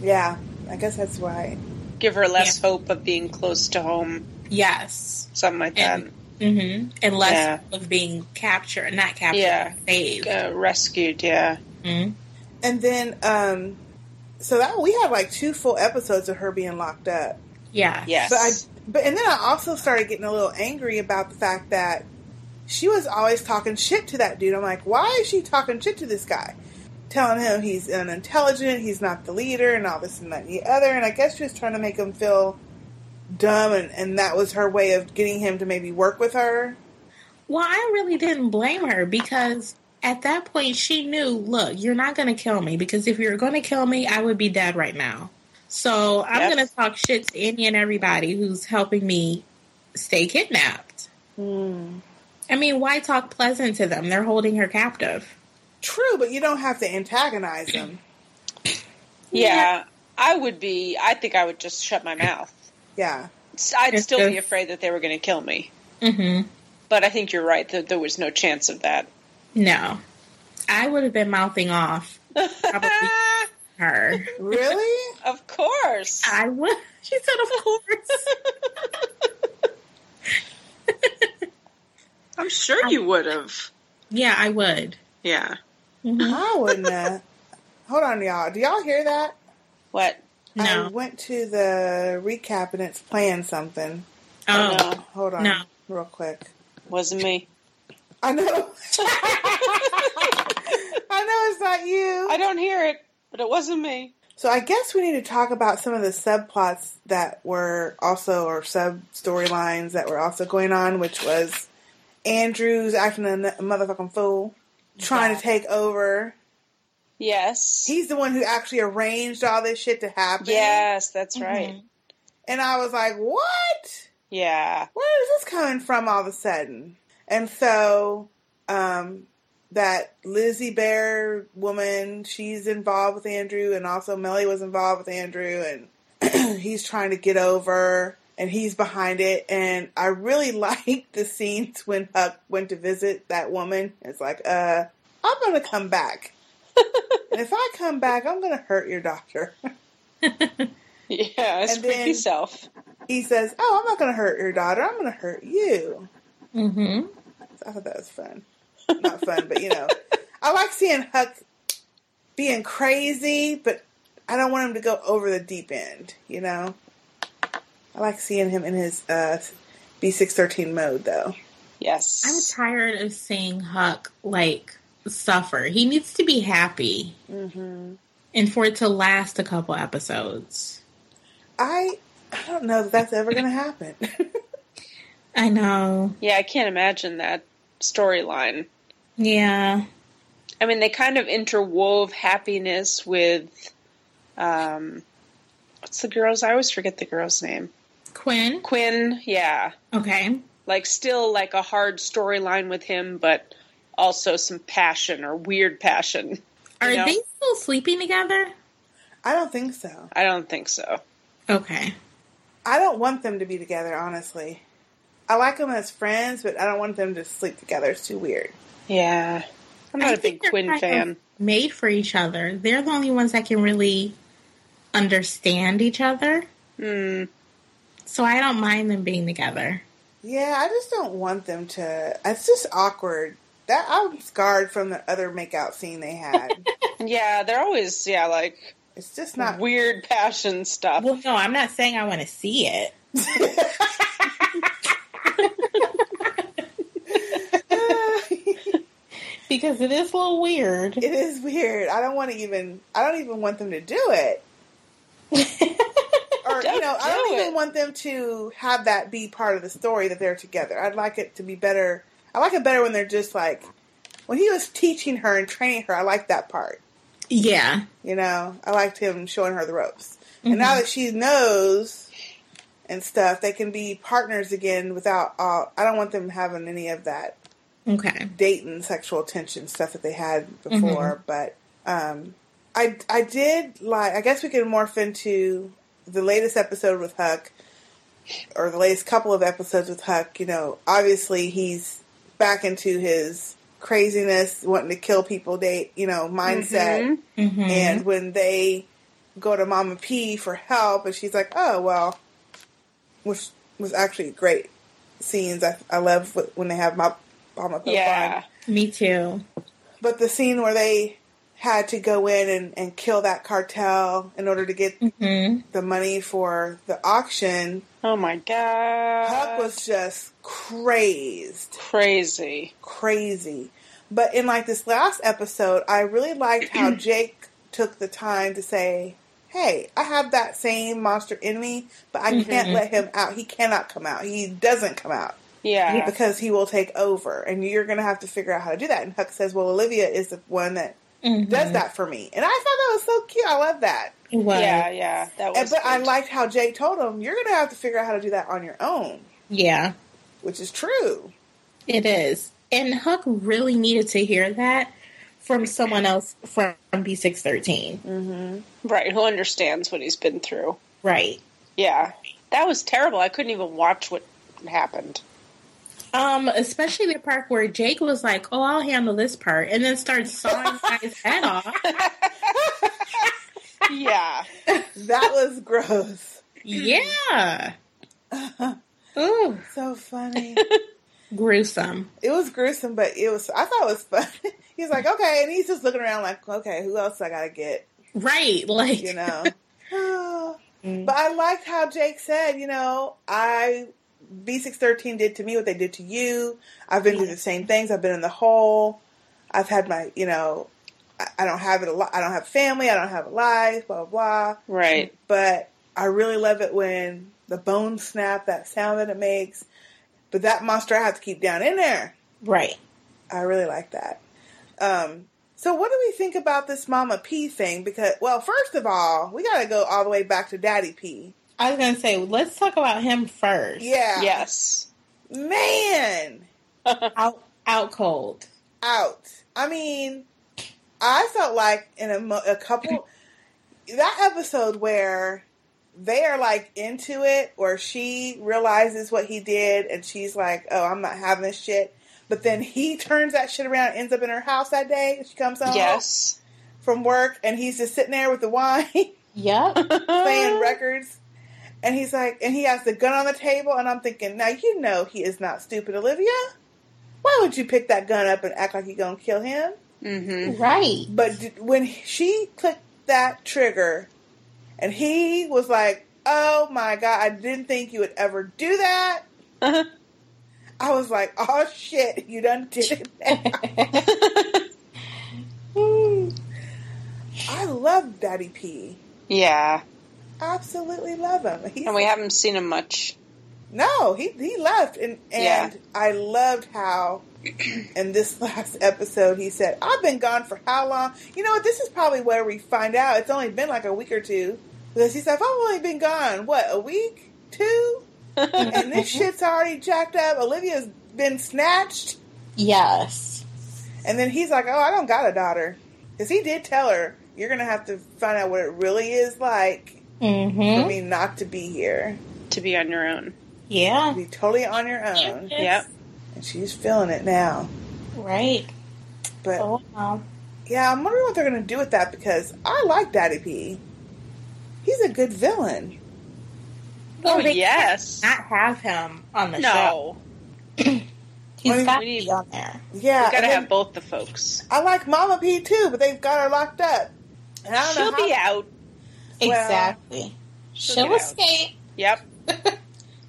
S1: Yeah, I guess that's why.
S3: give her less hope of being close to home,
S2: Yes.
S3: something like that.
S2: And, hmm and less
S3: Yeah.
S2: of being captured, not captured,
S3: Yeah.
S2: saved.
S3: Uh, rescued, yeah.
S2: Mhm.
S1: And then, um, so that we have like two full episodes of her being locked up.
S2: Yeah.
S3: Yes.
S1: But I, but and then I also started getting a little angry about the fact that she was always talking shit to that dude. I'm like, why is she talking shit to this guy? Telling him he's unintelligent, he's not the leader, and all this and that and the other. And I guess she was trying to make him feel dumb, and, and that was her way of getting him to maybe work with her.
S2: Well, I really didn't blame her because at that point she knew, look, you're not going to kill me because if you were going to kill me, I would be dead right now. So I'm
S3: Yep.
S2: going to talk shit to any and everybody who's helping me stay kidnapped. I mean, why talk pleasant to them? They're holding her captive.
S1: True, but you don't have to antagonize him.
S3: yeah. I would be, I think I would just shut my mouth.
S1: Yeah.
S3: S- I'd
S2: It's
S3: still be
S2: just-
S3: afraid that they were going to kill me.
S2: hmm
S3: But I think you're right that there was no chance of that.
S2: No, I would have been mouthing off probably
S3: Ah,
S2: her.
S1: Really?
S3: [LAUGHS] of course.
S2: I would. [LAUGHS] She said, of course.
S3: I'm sure you would have.
S2: [LAUGHS] yeah, I would.
S3: Yeah.
S2: Mhm.
S1: I wouldn't. Uh, hold on, y'all. Do y'all hear that?
S3: What?
S1: I
S2: No.
S1: went to the recap and it's playing something.
S2: Oh,
S3: No,
S1: Hold on,
S2: No.
S1: real quick.
S3: wasn't me. [LAUGHS]
S1: I know. [LAUGHS] I know it's not you.
S3: I don't hear it, but it wasn't me.
S1: So I guess we need to talk about some of the subplots that were also, or sub storylines that were also going on, which was Andrew's acting a n- motherfucking fool, trying to take over.
S3: Yes.
S1: He's the one who actually arranged all this shit to happen.
S3: yes,
S1: Mm-hmm.
S3: that's right.
S2: Mhm.
S1: And I was like, what?
S3: Yeah.
S1: where is this coming from all of a sudden? And so, um, that Lizzie Bear woman, she's involved with Andrew, and also Melly was involved with Andrew, and [CLEARS THROAT] he's trying to get over, and he's behind it. And I really [LAUGHS] liked the scenes when Huck went to visit that woman. It's like, uh, I'm gonna come back. and if I come back, I'm gonna hurt your daughter. [LAUGHS]
S2: Mm-hmm.
S3: Yeah, his
S1: And
S3: freaky
S1: then-
S3: self.
S1: He says, Oh, I'm not gonna hurt your daughter, I'm gonna hurt you.
S2: [LAUGHS] Mm-hmm.
S1: I thought Oh, that was fun. Not fun, but you know, I like seeing Huck being crazy, but I don't want him to go over the deep end. You know, I like seeing him in his uh, B six thirteen mode, though.
S2: I'm
S3: Yes.
S2: tired of seeing Huck like suffer. He needs to be happy
S1: Mm-hmm.
S2: and for it to last a couple episodes.
S1: I I don't know that that's ever going to happen. [LAUGHS]
S2: I know.
S3: yeah, I can't imagine that storyline.
S2: Yeah.
S3: I mean, they kind of interwove happiness with, um, what's the girl's? I always forget the girl's name.
S2: Quinn.
S3: Quinn. Yeah,
S2: Okay.
S3: like still like a hard storyline with him, but also some passion or weird passion. [LAUGHS]
S2: Are
S3: know.
S2: they still sleeping together?
S1: I don't think so.
S3: I don't think so.
S2: Okay.
S1: I don't want them to be together, honestly. I like them as friends, but I don't want them to sleep together. It's too weird.
S3: Yeah, I'm
S2: I
S3: not a
S2: think
S3: big
S2: they're
S3: Quinn
S2: kind of
S3: fan.
S2: Made for each other. They're the only ones that can really understand each other.
S3: Hmm.
S2: So I don't mind them being together.
S1: Yeah, I just don't want them to. It's just awkward. That I'm scarred from the other makeout scene they had.
S3: [LAUGHS] Hmm. Yeah, they're always yeah like
S1: it's just not.
S3: weird passion stuff.
S2: Well, no, I'm not saying I want to see it.
S1: [LAUGHS] it
S2: Because it is a little [LAUGHS] weird.
S1: is weird. I don't want to even. I don't even want them to do
S3: [LAUGHS]
S1: it. Or you
S3: Don't
S1: know, I
S3: do
S1: don't even
S3: it.
S1: want them to have that be part of the story that they're together. I'd like it to be better. I like it better when they're just like when he was teaching her and training her. I like that part.
S2: Yeah.
S1: You know, I liked him showing her the ropes. And now that she knows and stuff, they can be partners again without all. I don't want them having any of that
S2: Okay.
S1: date and sexual tension stuff that they had before. But um, I I did like I guess we could morph into the latest episode with Huck or the latest couple of episodes with Huck. You know, obviously he's back into his craziness, wanting to kill people. Date you know mindset.
S3: Mhm.
S2: Mm-hmm.
S1: And when they go to Mama P for help, and she's like, "Oh well," which was actually great scenes. I, I love wh- when they have Ma- Mama P.
S3: Yeah.
S1: on.
S2: Me too.
S1: But the scene where they had to go in and, and kill that cartel in order to get
S2: hmm
S1: the money for the auction,
S3: Oh my god.
S1: Huck was just crazed.
S3: crazy.
S1: crazy. But in like this last episode, I really liked
S3: [CLEARS THROAT]
S1: how Jake took the time to say, "Hey, I have that same monster in me, but I
S3: Mm-hmm.
S1: can't let him out. He cannot come out. He doesn't come out
S3: Yeah.
S1: because he will take over, and you're going to have to figure out how to do that." And Huck says, "Well, Olivia is the one that
S3: Mm-hmm.
S1: does that for me," and I thought that was so cute. I love that.
S2: Mm-hmm. It was.
S3: Yeah,
S2: Yeah.
S3: yeah. That was
S1: And, but I
S3: good.
S1: liked how Jake told him, "You're going to have to figure out how to do that on your own," which is true.
S2: It is. And Huck really needed to hear that from someone else from B613.
S1: Mm-hmm.
S3: right, who understands what he's been through.
S2: Right.
S3: Yeah. That was terrible. I couldn't even watch what
S1: [LAUGHS]
S3: happened.
S2: Um, especially the part where Jake was like, "Oh, I'll handle this part," and then starts
S1: [LAUGHS]
S2: sawing his head off.
S3: Yeah.
S1: That was [LAUGHS] gross.
S2: Yeah. Ooh,
S1: So funny.
S2: gruesome.
S1: it was gruesome, but it was. I thought it was fun. [LAUGHS] He's like, okay, and he's just looking around like, okay, who else I gotta get?
S2: Right. Like.
S1: You know. [SIGHS] but I liked how Jake said, you know, I B six thirteen did to me what they did to you. I've been through the same things. I've been in the hole. I've had my, you know, I, I don't have it a lot. I don't have family. I don't have a life. Blah blah. blah.
S3: Right.
S1: but I really love it when the bones snap, that sound that it makes. But that monster I have to keep down in there.
S2: Right.
S1: I really like that. Um, so what do we think about this Mama P thing? Because well, first of all, we gotta go all the way back to Daddy P.
S2: I was gonna say, let's talk about him first.
S1: Yeah.
S3: Yes.
S1: Man.
S2: Out,
S1: [LAUGHS]
S2: out cold.
S1: out. I mean, I felt like in a, mo- a couple [CLEARS THROAT] that episode where they are like into it, or she realizes what he did, and she's like, "Oh, I'm not having this shit." But then he [LAUGHS] turns that shit around, ends up in her house that day. and She comes home
S3: Yes.
S1: from work, and he's just sitting there with the wine, [LAUGHS]
S2: Yep.
S3: Uh, Uh-huh.
S1: playing records. And he's like, and he has the gun on the table, and I'm thinking, now you know he is not stupid, Olivia. Why would you pick that gun up and act like you're gonna kill him?
S3: Mm-hmm.
S2: right.
S1: But d- when she clicked that trigger, and he was like, "Oh my god, I didn't think you would ever do that."
S3: Uh-huh.
S1: I was like, "Oh shit, you done did
S3: [LAUGHS]
S1: it!" I love Daddy P.
S3: yeah.
S1: Absolutely love him. He's,
S3: And we haven't seen him much.
S1: no, he he left, and and I loved how. In this [LAUGHS] last episode, he said, "I've been gone for how long?" You know what? This is probably where we find out. It's only been like a week or two because he's like, "I've only been gone what a week, two, and this shit's already jacked up. Olivia's been snatched.
S2: [LAUGHS] Yes.
S1: And then he's like, Oh, I don't got a daughter. Because he did tell her, You're going to have to find out what it really is like for
S2: Mm-hmm.
S1: me not to be here.
S3: to be on your own.
S2: Yeah.
S1: Be totally on your own.
S3: Yep.
S1: And she's feeling it now.
S2: Right.
S1: But
S2: Oh, wow.
S1: yeah, I'm wondering what they're going to do with that because I like Daddy P. He's a good villain.
S3: Oh,
S2: Well, they
S3: yes.
S2: Not have him on the show.
S3: No.
S1: We
S2: He's got to
S3: need-
S2: be on there.
S1: Yeah.
S3: We gotta
S1: and then
S3: have both the folks.
S1: I like Mama P too, but they've got her locked up. And I don't
S3: She'll
S1: know how-
S3: be out.
S1: Well,
S2: exactly.
S3: she'll
S2: She'll
S3: get out.
S2: escape [LAUGHS]
S3: Yep.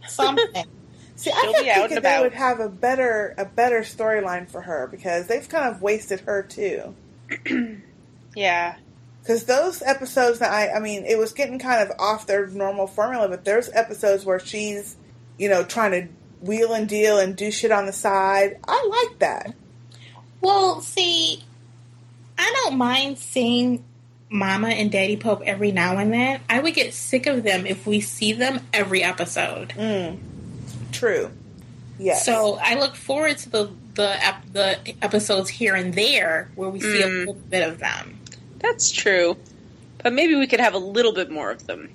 S2: something.
S1: See,
S3: She'll
S1: I
S3: be
S1: kept
S3: out and
S1: thinking they
S3: about.
S1: would have a better a better storyline for her because they've kind of wasted her too.
S3: Yeah.
S1: Because those episodes that I, I mean, it was getting kind of off their normal formula, but there's episodes where she's, you know, trying to wheel and deal and do shit on the side. I like that.
S2: Well, see, I don't mind seeing Mama and Daddy Pope every now and then. I would get sick of them if we see them every episode.
S1: Mm. True. Yes.
S2: So I look forward to the the ep- the episodes here and there where we see a
S3: Mm.
S2: little bit of them.
S3: That's true. But maybe we could have a little bit more of them.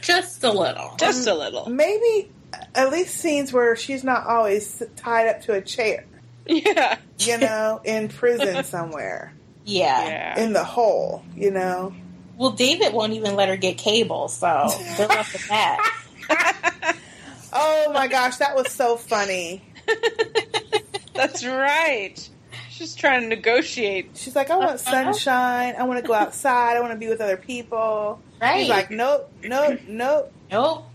S2: Just a little.
S1: Um,
S3: Just a little. [LAUGHS]
S1: Maybe at least scenes where she's not always tied up to a chair,
S3: Yeah.
S2: [LAUGHS]
S1: you know, in prison somewhere,
S2: Yeah.
S3: Yeah.
S1: in the hole, you know.
S2: Well, David won't even let her get cable, so good luck with [LAUGHS] that.
S1: Oh my gosh, that was so funny.
S3: [LAUGHS] That's right. She's trying to negotiate.
S1: She's like, I
S2: Uh-huh.
S1: want sunshine. I want to go outside. I want to be with other people.
S2: Right.
S1: He's like, nope, nope, nope.
S2: nope.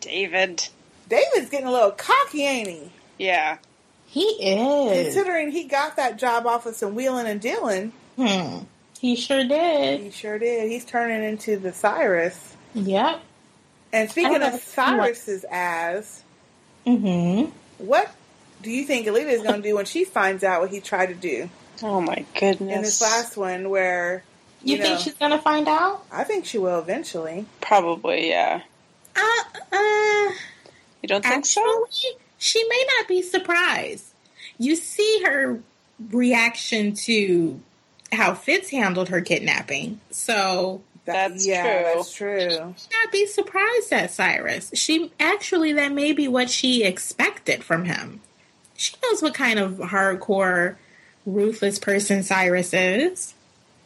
S3: David.
S1: David's getting a little cocky, ain't he?
S3: Yeah.
S2: [LAUGHS] he is.
S1: Considering he got that job off of some wheeling and dealing,
S2: Hmm. He sure did.
S1: he sure did. He's turning into the Cyrus.
S2: Yep.
S1: And speaking
S2: know
S1: of
S2: if he wants-
S1: Cyrus's ass,
S2: Mm-hmm.
S1: what do you think Alita is going to do when she finds out what he tried to do
S3: Oh my goodness.
S1: in this last one? Where
S2: You,
S1: You
S2: think
S1: know.
S2: she's gonna find out?
S1: I think she will eventually.
S3: Probably, yeah.
S2: Uh, uh.
S3: You don't think so?
S2: Actually, she may not be surprised. You see her reaction to how Fitz handled her kidnapping, so
S3: That's
S1: yeah,
S3: true.
S1: that's true.
S2: she may not be surprised at Cyrus. She actually that may be what she expected from him. She knows what kind of hardcore, ruthless person Cyrus is.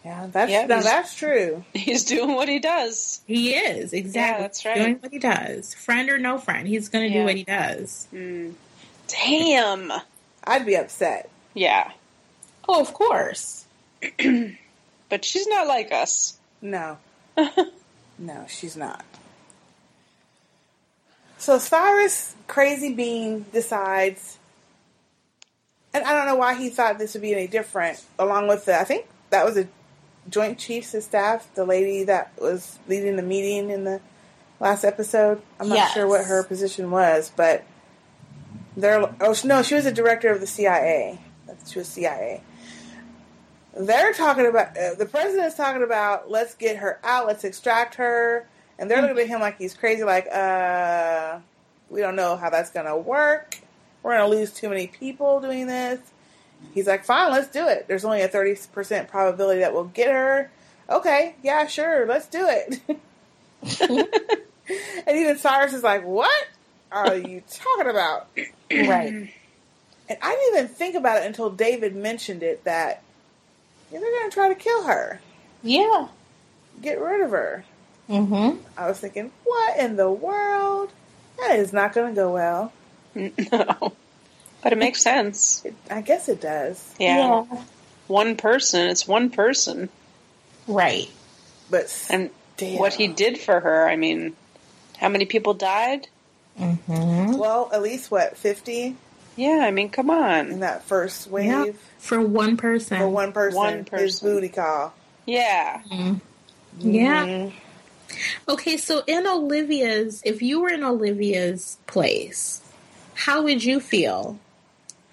S1: Yeah, that's
S3: Yeah,
S1: no,
S3: he's-
S1: that's true.
S3: [LAUGHS] He's doing what he does.
S2: He is exactly
S3: that's right.
S2: doing what he does, friend or no friend. He's going to
S3: Yeah.
S2: do what he does.
S3: Damn.
S1: I'd be upset.
S3: Yeah.
S2: Oh, of course.
S3: But she's not like us. [LAUGHS]
S1: No. [LAUGHS] no, she's not. So Cyrus Crazy Bean decides, and I don't know why he thought this would be any different, along with the, I think that was a Joint Chiefs of Staff, the lady that was leading the meeting in the last episode. I'm not
S2: Yes.
S1: sure what her position was, but they're, oh, no, she was a director of the CIA. She was CIA they're talking about uh, the president's talking about let's get her out, let's extract her, and they're looking at him like he's crazy. Like, uh, we don't know how that's gonna work. We're gonna lose too many people doing this. He's like, fine, let's do it. There's only a thirty percent probability that we'll get her. Okay, yeah, sure, let's do it. [LAUGHS] and even Cyrus is like, what are you talking about?
S2: Right.
S1: And I didn't even think about it until David mentioned it that yeah, they're gonna try to kill her.
S2: Yeah.
S1: get rid of her.
S2: Mm-hmm.
S1: I was thinking, what in the world? That is not going to go well.
S3: No. But it makes sense.
S1: It, I guess it does.
S3: Yeah. One person. It's one person.
S2: Right.
S1: But
S3: And
S1: still.
S3: what he did for her, I mean, how many people died?
S2: Mm-hmm.
S1: Well, at least, what, 50
S3: Yeah, I mean, come
S1: in
S3: on.
S1: that first wave
S2: Yeah. For one person.
S1: for one person?
S3: One
S1: His
S3: person.
S1: booty call.
S3: Yeah.
S2: Yeah.
S1: Mhm.
S2: Okay, so in Olivia's, if you were in Olivia's place, how would you feel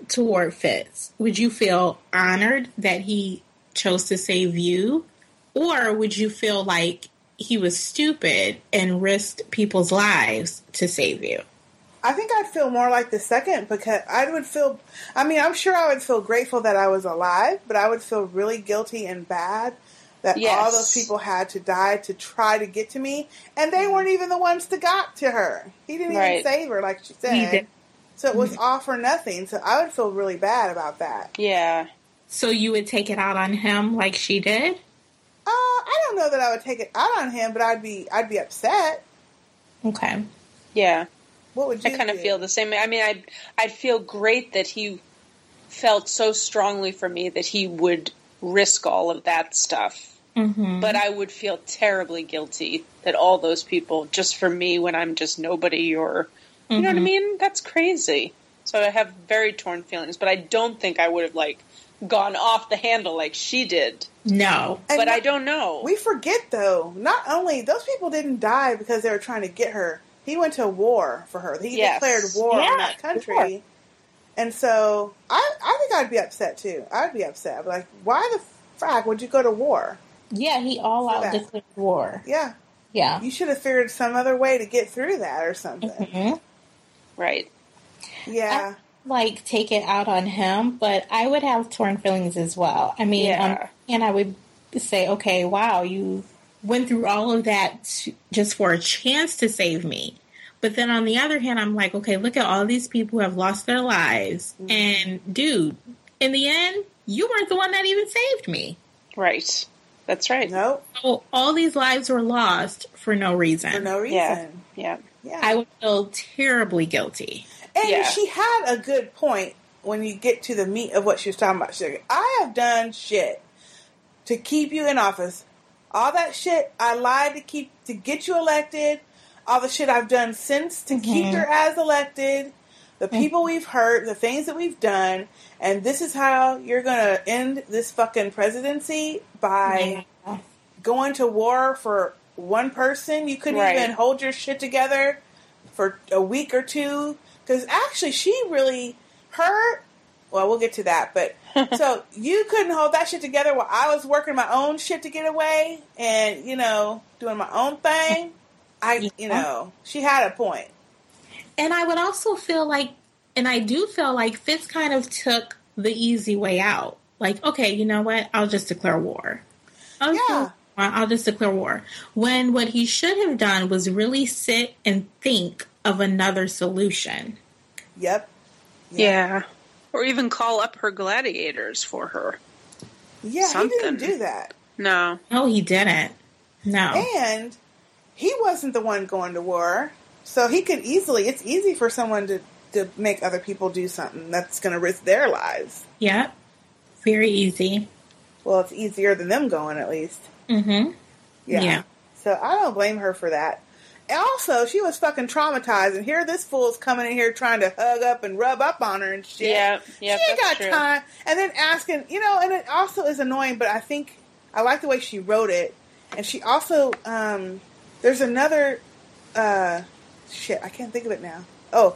S2: toward Fitz? Would you feel honored that he chose to save you? Or would you feel like he was stupid and risked people's lives to save you?
S1: I think I'd feel more like the second because I would feel, I mean, I'm sure I would feel grateful that I was alive, but I would feel really guilty and bad that all
S3: Yes.
S1: those people had to die to try to get to me. And they weren't even the ones that got to her. He didn't
S3: Right. Mm-hmm.
S1: even save her, like she
S2: He did.
S1: said. So it was all for nothing. So I would feel really bad about that.
S3: Yeah.
S2: So you would take it out on him like she did?
S1: Uh, I don't know that I would take it out on him, but I'd be, I'd be upset.
S2: Okay.
S3: Yeah.
S1: What would
S3: I
S1: you
S3: kind of
S1: do?
S3: feel the same. I mean, I'd, I'd feel great that he felt so strongly for me that he would risk all of that stuff.
S2: Mm-hmm.
S3: But I would feel terribly guilty that all those people, just for me when I'm just nobody or, you know what I
S2: Mm-hmm.
S3: mean? That's crazy. So I have very torn feelings, but I don't think I would have, like, gone off the handle like she did.
S2: No.
S1: And
S3: but I
S1: not-
S3: don't know.
S1: We forget though, not only those people didn't die because they were trying to get her. He went to war for her. He
S3: Yes.
S1: declared war
S2: Yeah,
S1: on that country.
S2: war.
S1: And so I, I think I'd be upset too. I'd be upset. I'd be like, why the frack would you go to war?
S2: Yeah, he all
S1: For
S2: out
S1: that.
S2: declared war.
S1: Yeah.
S2: Yeah.
S1: You should have figured
S3: [LAUGHS]
S2: Mm-hmm.
S1: some other way to get through that or something.
S2: Mhm.
S3: right.
S1: Yeah.
S2: like take it out on him, but I would have torn feelings as well. I mean,
S3: Yeah.
S2: um, and I would say, okay, wow, you went through all of that to, just for a chance to save me. But then on the other hand, I'm like, okay, look at all these people who have lost their lives.
S1: Mm-hmm.
S2: And dude, in the end, you weren't the one that even saved me.
S3: Right. That's right.
S1: No,
S2: So all these lives were lost for no reason.
S1: for no reason.
S3: Yeah. Yeah.
S1: Yeah.
S2: I would feel terribly guilty.
S1: And
S3: Yeah.
S1: she had a good point when you get to the meat of what she was talking about. She's like, I have done shit to keep you in office. All that shit I lied to keep to get you elected. All the shit I've done since to keep
S2: Mhm.
S1: her as elected. The people we've hurt, the things that we've done, and this is how you're gonna end this fucking presidency by
S2: Yeah.
S1: going to war for one person. You couldn't
S3: Right.
S1: even hold your shit together for a week or two. Because actually, she really, her, well, we'll get to that. But so you couldn't hold that shit together while I was working my own shit to get away and, you know, doing my own thing. I,
S2: Yeah.
S1: you know, she had a point.
S2: And I would also feel like, and I do feel like Fitz kind of took the easy way out. Like, okay, you know what? I'll just declare war. I'll just-
S1: Yeah.
S2: I'll just declare war. When what he should have done was really sit and think of another solution.
S1: Yep.
S3: Yeah. Or even call up her gladiators for her.
S1: Yeah, he didn't
S3: Something.
S1: do that.
S3: No.
S2: No, he didn't. No.
S1: And he wasn't the one going to war. So he could easily, it's easy for someone to, to make other people do something that's going to risk their lives.
S2: Yep. Very easy.
S1: Well, it's easier than them going, at least.
S2: Mm-hmm.
S1: Yeah.
S2: Yeah.
S1: So I don't blame her for that. And also, she was fucking traumatized, and here this fool's coming in here trying to hug up and rub up on her and shit.
S3: Yeah. Yeah.
S1: she ain't
S3: that's
S1: got
S3: true.
S1: time. And then asking, you know, and it also is annoying, but I think I like the way she wrote it. And she also, um, there's another, uh, shit, I can't think of it now. Oh,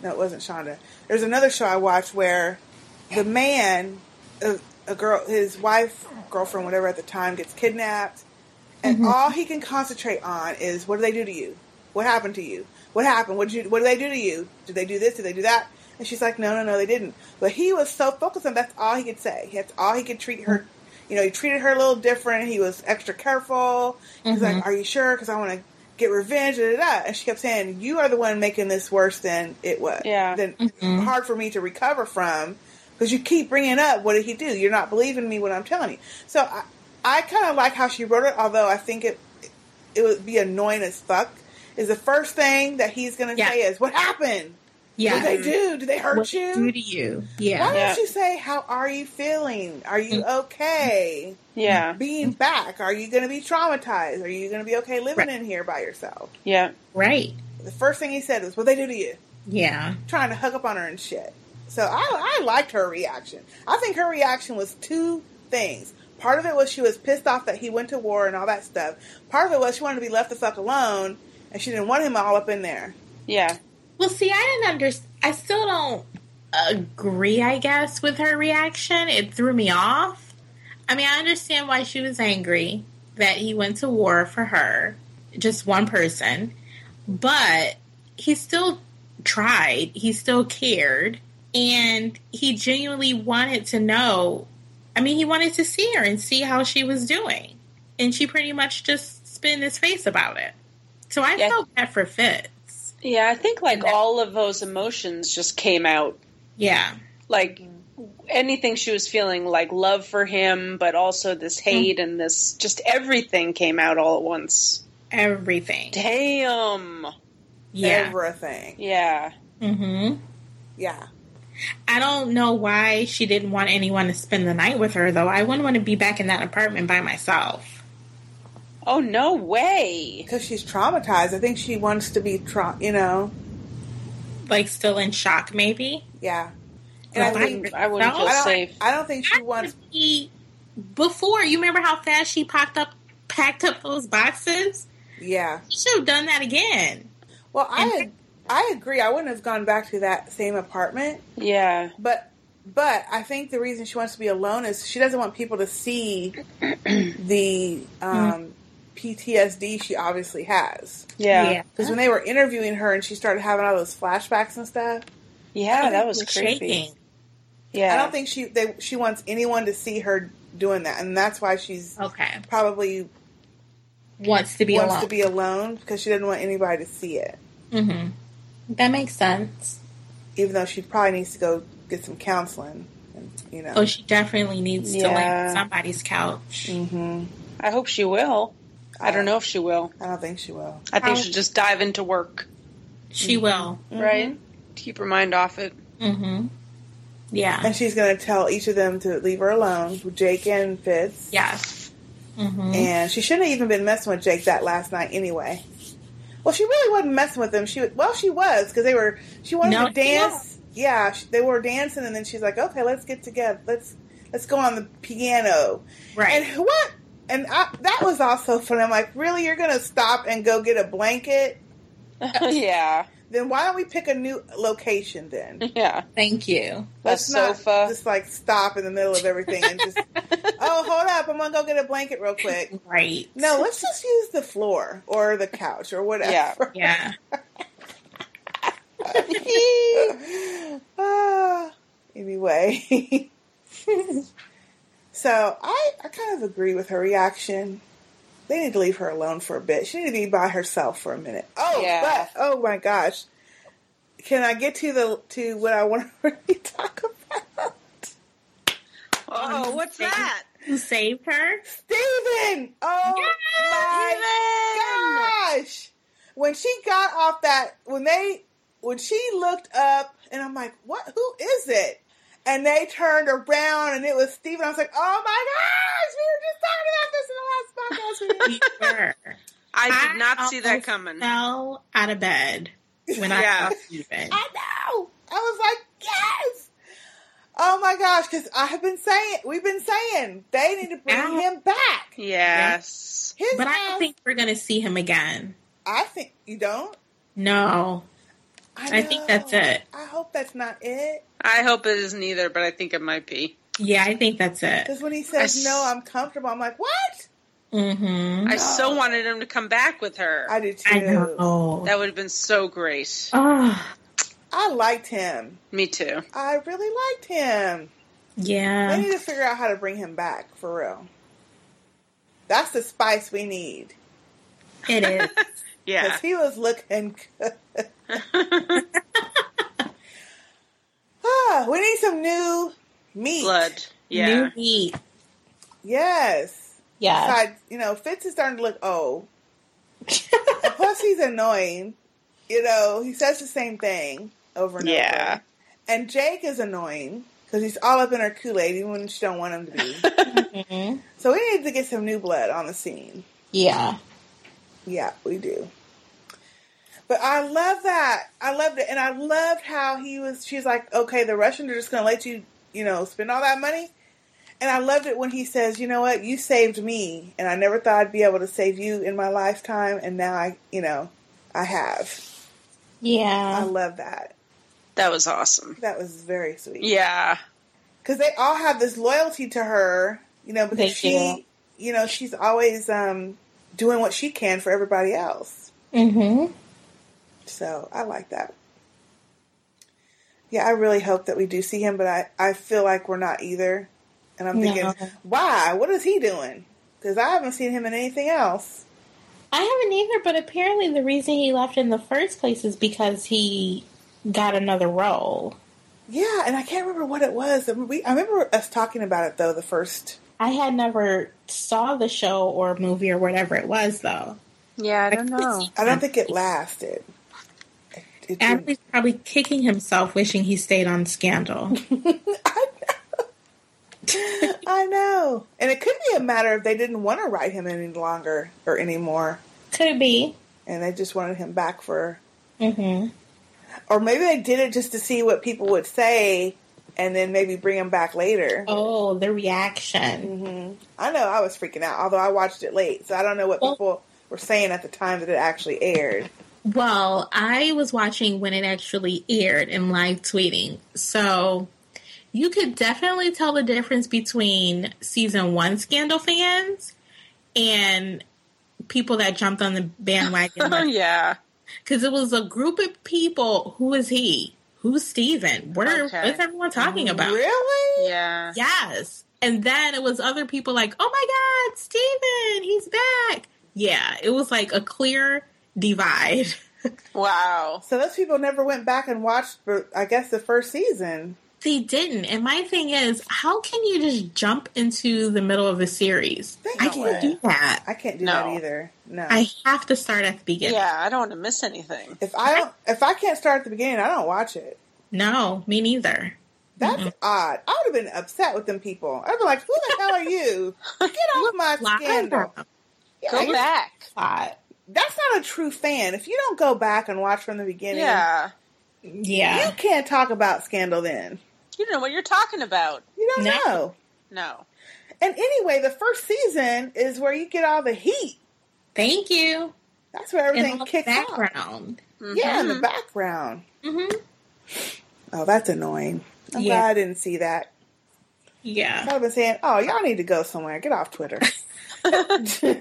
S1: no, it wasn't Shonda. There's another show I watched where the man, a, a girl, his wife, girlfriend, whatever at the time, gets kidnapped. And all he can concentrate on is what do they do to you? What happened to you? What happened? What did you? What did they do to you? Did they do this? Did they do that? And she's like, no, no, no, they didn't. But he was so focused on that's all he could say. That's all he could treat her. You know, he treated her a little different. He was extra careful. He's like, are you sure? Because I want to get revenge. Da, da, da. And she kept saying, you are the one making this worse than it was.
S3: Yeah.
S1: Than hard for me to recover from. Because you keep bringing up, what did he do? You're not believing me when I'm telling you. So I, I kind of like how she wrote it, although I think it it would be annoying as fuck. Is the first thing that he's going to
S2: Yeah.
S1: say is, "What happened? What
S2: Yeah.
S1: did they do? Did they hurt
S2: What
S1: you?
S2: do to you?
S1: Why
S2: Yeah.
S3: Yeah.
S1: don't you say, "How are you feeling? Are you
S2: Mm-hmm.
S1: okay?
S3: Yeah.
S1: Being back? Are you going to be traumatized? Are you going to be okay living
S2: Right.
S1: in here by yourself?"
S3: Yeah.
S2: Right.
S1: The first thing he said was, "What they do to you?
S2: Yeah.
S1: Trying to hug up on her and shit." So I, I liked her reaction. I think her reaction was two things. Part of it was she was pissed off that he went to war and all that stuff. Part of it was she wanted to be left the fuck alone, and she didn't want him all up in there.
S3: Yeah.
S2: Well, see, I didn't understand. I still don't agree, I guess, with her reaction. It threw me off. I mean, I understand why she was angry that he went to war for her, just one person, but he still tried, he still cared, and he genuinely wanted to know. I mean, he wanted to see her and see how she was doing. And she pretty much just spit in his face about it. So I
S3: Yeah.
S2: felt bad for Fitz.
S3: Yeah. I think like
S2: Yeah.
S3: all of those emotions just came out
S2: Yeah.
S3: like
S2: Mm-hmm.
S3: anything she was feeling like love for him but also this
S2: Mm-hmm.
S3: hate and this just everything came out all at once
S2: Everything.
S3: damn
S2: Yeah.
S1: Everything.
S3: yeah Mm-hmm.
S2: hmm
S1: Yeah.
S2: I don't know why she didn't want anyone to spend the night with her, though. I wouldn't want to be back in that apartment by myself.
S3: oh no way
S1: Because she's traumatized. I think she wants to be, tra- you know,
S2: Like, still in shock, maybe.
S1: yeah. And
S2: Well,
S1: I
S3: i
S1: think
S3: wouldn't, I wouldn't
S2: No,
S3: feel
S1: I don't,
S3: safe
S1: I don't think she
S2: That
S1: wants.
S2: would be before. You remember how fast she packed up, packed up those boxes?
S1: Yeah.
S2: She should have done that again.
S1: Well, I
S2: And-
S1: I agree. I wouldn't have gone back to that same apartment,
S3: yeah
S1: but but I think the reason she wants to be alone is she doesn't want people to
S2: [CLEARS THROAT]
S1: see the um, PTSD she obviously has.
S3: yeah
S1: Because when they were interviewing her and she started having all those flashbacks and stuff,
S3: Yeah, that was
S2: It's
S3: creepy.
S2: shaking.
S3: Yeah.
S1: I don't think she they, she wants anyone to see her doing that, and that's why she's
S2: Okay,
S1: probably
S2: wants to Oh. be
S1: wants
S2: alone.
S1: to be alone because she doesn't want anybody to see it.
S2: hmm
S3: Mm-hmm.
S2: That makes sense.
S1: Even though she probably needs to go get some counseling, and, you know.
S2: Oh, she definitely needs to land
S3: Yeah.
S2: on somebody's couch.
S1: hmm
S3: I hope she will. I don't know if she will.
S1: I don't Mm-hmm. think she will.
S3: I think
S2: How-
S3: she'll just dive into work,
S2: She
S3: Mm-hmm.
S2: will.
S3: right? Keep her mind
S2: [LAUGHS]
S3: off it.
S2: hmm Yeah.
S1: And she's going to tell each of them to leave her alone, Jake and Fitz.
S2: Yeah. hmm
S1: And she shouldn't have even been messing with Jake that last night anyway. Well, she really wasn't messing with him. She was, well, she was because they were. She wanted
S2: No,
S1: to dance. Yeah, she, they were dancing, and then she's like, "Okay, let's get together. Let's let's go on the piano."
S2: Right.
S1: And what? And I, that was also fun. I'm like, really, you're gonna stop and go get a blanket?
S3: yeah.
S1: Then why don't we pick a new location? Then
S3: Yeah.
S2: Thank you.
S3: A
S1: let's not
S3: sofa.
S1: just like stop in the middle of everything and
S3: [LAUGHS]
S1: just oh, hold up, I'm gonna go get a blanket real quick.
S2: Right.
S3: [LAUGHS]
S1: No, let's just use the floor or the couch or whatever.
S3: Yeah.
S1: [LAUGHS]
S2: Yeah.
S1: [LAUGHS] Ah, anyway. [LAUGHS] so I, I kind of agree with her reaction. They need to leave her alone for a bit. She needs to be by herself for a minute. Oh,
S3: Yeah.
S1: but oh my gosh. Can I get to the to what I want to really [LAUGHS] talk about?
S3: Oh, what's that?
S2: Who saved her?
S1: Steven! Oh my gosh! When she got off that, when they, when she looked up, and I'm like, what? Who is it? And they turned around, and it was Steven. I was like, oh my gosh! We were just talking about this in the last podcast. We
S2: You were.
S3: I did not
S2: I
S3: see that
S2: almost
S3: coming.
S2: Fell out of bed when I
S3: Yeah.
S2: got out of bed.
S1: [LAUGHS] I know. I was like, yes. Oh my gosh! Because I have been saying, we've been saying they need to bring
S2: Yeah.
S1: him back.
S3: Yes.
S1: His
S2: But I
S1: ass-
S2: don't think we're gonna see him again.
S1: I think you don't.
S2: No. I think that's
S1: know.
S2: it.
S1: I hope that's not it.
S3: I hope it isn't either, but I think it might be.
S2: Yeah, I think that's it.
S1: Because when he
S3: I
S1: says
S3: s-
S1: no, I'm comfortable. I'm like, what?
S2: Mm-hmm.
S3: I so wanted him to come back with her.
S1: I did too.
S2: I know.
S3: that would have been so great.
S2: Oh,
S1: I liked him.
S3: Me too.
S1: I really liked him. They
S2: yeah.
S1: need to figure out how to bring him back for real. That's the spice we need.
S2: It is.
S1: Because
S3: Yeah.
S1: he was looking good.
S2: [LAUGHS]
S1: ah, we need some new meat.
S3: Blood. Yeah.
S2: New meat.
S1: Yes.
S2: Yeah.
S1: Besides, you know, Fitz is starting to look old. And plus, he's annoying. You know, he says the same thing over and
S3: Yeah.
S1: over. And Jake is annoying because he's all up in her Kool Aid, even when she don't want him to be.
S2: Mhm.
S1: so we need to get some new blood on the scene.
S2: Yeah.
S1: Yeah, we do. But I love that. I loved it, and I loved how he was. She's like, okay, the Russians are just going to let you, you know, spend all that money. And I loved it when he says, you know what, you saved me, and I never thought I'd be able to save you in my lifetime, and now I, you know, I have. I
S2: Yeah.
S1: love that.
S3: That was awesome.
S1: That was very sweet.
S3: Yeah.
S1: because they all have this loyalty to her, you know, because
S2: They
S1: she, you know, she's always um, doing what she can for everybody else.
S2: Mm-hmm.
S1: So I like that. Yeah, I really hope that we do see him, but I, I feel like we're not either. And I'm thinking,
S2: No.
S1: why? What is he doing? Because I haven't seen him in anything else.
S2: I haven't either, but apparently the reason he left in the first place is because he got another role.
S1: Yeah, and I can't remember what it was. I, mean, we, I remember us talking about it though. The first,
S2: I had never saw the show or movie or whatever it was though.
S3: Yeah, I don't [LAUGHS] know.
S1: I don't think it lasted. It- it didn't.
S2: Ashley's probably kicking himself wishing he stayed on
S3: [LAUGHS]
S2: Scandal.
S1: [LAUGHS] I know. And it could be a matter of they didn't want to write him any longer or anymore.
S2: Could be.
S1: And they just wanted him back for.
S2: Mm-hmm.
S1: Or maybe they did it just to see what people would say and then maybe bring him back later.
S2: Oh, the reaction.
S1: hmm I know I was freaking out, although I watched it late. So I don't know what
S2: Well-
S1: people were saying at the time that it actually aired.
S2: Well, I was watching when it actually aired and live tweeting. So you could definitely tell the difference between season one Scandal fans and people that jumped
S3: [LAUGHS]
S2: on the bandwagon.
S3: Oh, yeah.
S2: Because it was a group of people. Who is he? who's Steven? Where
S3: Okay.
S2: what's everyone talking about?
S1: Really?
S3: Yeah.
S2: Yes. And then it was other people like, oh my God, Steven, he's back. Yeah, it was like a clear divide. [LAUGHS]
S3: Wow.
S1: So those people never went back and watched, I guess, the first season.
S2: They didn't. And my thing is, how can you just jump into the middle of a series?
S1: Think
S2: I
S1: about
S2: can't
S1: it.
S2: do that.
S1: I can't do
S3: No.
S1: that either. No.
S2: I have to start at the beginning.
S3: Yeah, I don't want to miss anything.
S1: if I don't, if I can't start at the beginning, I don't watch it.
S2: No, me neither.
S1: That's odd. I would have been upset with them people. I'd be like, "Who the hell are
S2: [LAUGHS]
S1: you? Get off my
S2: Lot
S1: scandal!"
S2: of
S1: Yeah,
S3: Go
S1: you're-
S3: back.
S2: lot.
S1: That's not a true fan. If you don't go back and watch from the beginning,
S3: Yeah.
S1: you
S2: Yeah.
S1: can't talk about scandal. Then
S3: You don't know what you're talking about.
S1: you don't
S2: No.
S1: know.
S3: No.
S1: And anyway, the first season is where you get all the heat.
S2: Thank you.
S1: That's where
S2: And
S1: everything
S2: all the
S1: kicks off.
S2: background.
S3: Mm-hmm.
S2: Mm-hmm.
S1: Yeah, in the background.
S2: hmm
S1: Oh, that's annoying. I'm
S2: Yeah.
S1: glad I didn't see that.
S2: Yeah.
S1: I've been saying, "Oh, y'all need to go somewhere. Get off Twitter." [LAUGHS]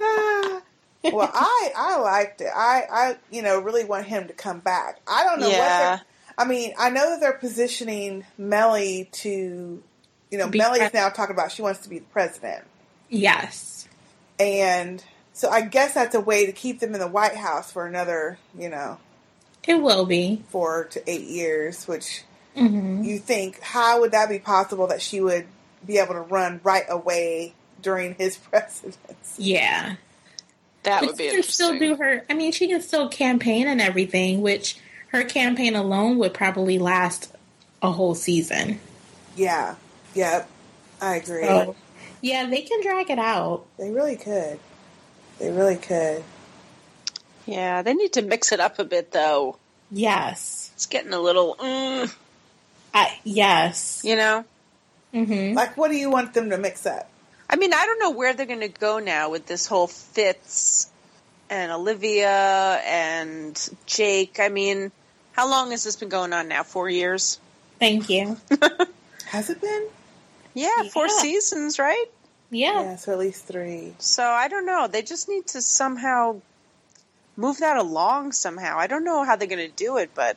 S1: Ah. well, I I liked it. I I you know really want him to come back. I don't know.
S3: Yeah.
S1: What they're- I mean, I know that they're positioning Melly to, you know,
S2: Be
S1: Melly is
S2: pres-
S1: now talking about she wants to be the president,
S2: Yes.
S1: and so I guess that's a way to keep them in the White House for another, you know,
S2: It will be.
S1: four to eight years, which
S2: hmm
S1: you think how would that be possible that she would be able to run right away during his [LAUGHS] presidency?
S2: Yeah.
S3: That
S2: But
S3: would be
S2: she can still
S3: interesting.
S2: do her. I mean, she can still campaign and everything, which her campaign alone would probably last a whole season.
S1: Yeah, yep, I agree.
S2: So, yeah, they can drag it out.
S1: They really could. They really could.
S3: yeah, they need to mix it up a bit, though.
S2: Yes.
S3: It's getting a little, mm,
S2: I, yes.
S3: you know?
S2: hmm
S1: Like, what do you want them to mix up?
S3: I mean, I don't know where they're going to go now with this whole Fitz and Olivia and Jake. I mean, how long has this been going on now? Four years?
S2: Thank you.
S1: Has it been?
S3: Yeah, four
S2: Yeah.
S3: seasons, right?
S2: Yeah.
S1: Yeah, so at least three.
S3: So I don't know. They just need to somehow move that along somehow. I don't know how they're going to do it, but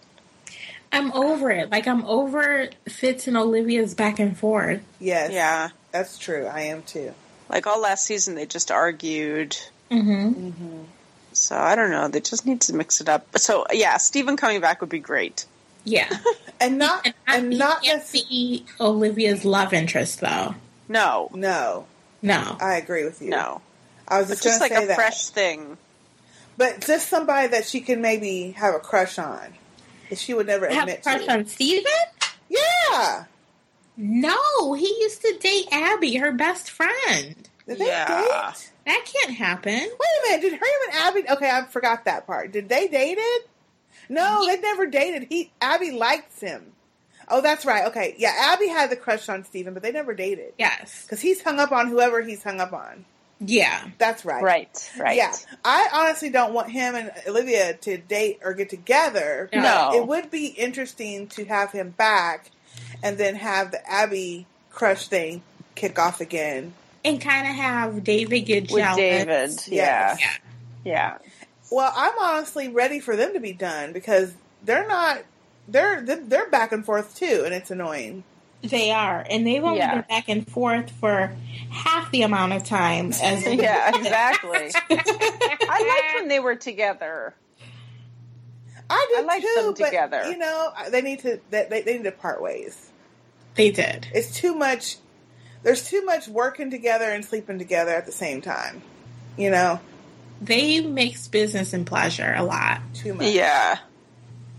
S2: I'm over it. Like, I'm over Fitz and Olivia's back and forth.
S1: Yes.
S3: yeah.
S1: That's true. I am too.
S3: Like all last season, they just argued.
S2: hmm
S3: So I don't know. They just need to mix it up. So yeah, Steven coming back would be great.
S2: Yeah.
S1: [LAUGHS] And not, and
S2: he
S1: not
S2: can't
S1: necessarily.
S2: be Olivia's love interest, though.
S3: No,
S1: No,
S2: No.
S1: I agree with you.
S3: no.
S1: I was
S3: It's
S1: just
S3: just
S1: going
S3: like
S1: to say
S3: a
S1: that.
S3: fresh thing.
S1: but just somebody that she can maybe have a crush on. That she would never
S2: Have a
S1: admit
S2: crush
S1: to.
S2: on Steven?
S1: Yeah.
S2: No, he used to date Abby, her best friend.
S1: Did they
S3: Yeah.
S1: date?
S2: That can't happen.
S1: Wait a minute. Did her and Abby? Okay, I forgot that part. Did they date it? No, they never dated. He Abby likes him. Oh, that's right. Okay, yeah, Abby had the crush on Steven, but they never dated
S2: Yes.
S1: because he's hung up on whoever he's hung up on.
S2: Yeah.
S1: That's right.
S3: Right, right.
S1: Yeah, I honestly don't want him and Olivia to date or get together. but
S3: No.
S1: it would be interesting to have him back, and then have the Abby crush thing kick off again.
S2: And kind of have David get
S3: With
S2: jealous.
S3: David. Yeah.
S2: Yeah.
S1: [LAUGHS]
S3: Yeah.
S1: Well, I'm honestly ready for them to be done because they're not. They're they're back and forth too, and it's annoying.
S2: They are. And they've only
S3: Yeah.
S2: been back and forth for half the amount of time as
S3: [LAUGHS] Yeah, exactly. I liked when they were together.
S1: I do
S3: I like
S1: too,
S3: them
S1: but
S3: together.
S1: you know I- they need to they, they they need to part ways.
S2: they did.
S1: It's too much. There's too much working together and sleeping together at the same time. You know,
S2: They mix business and pleasure a lot.
S1: too much.
S3: Yeah.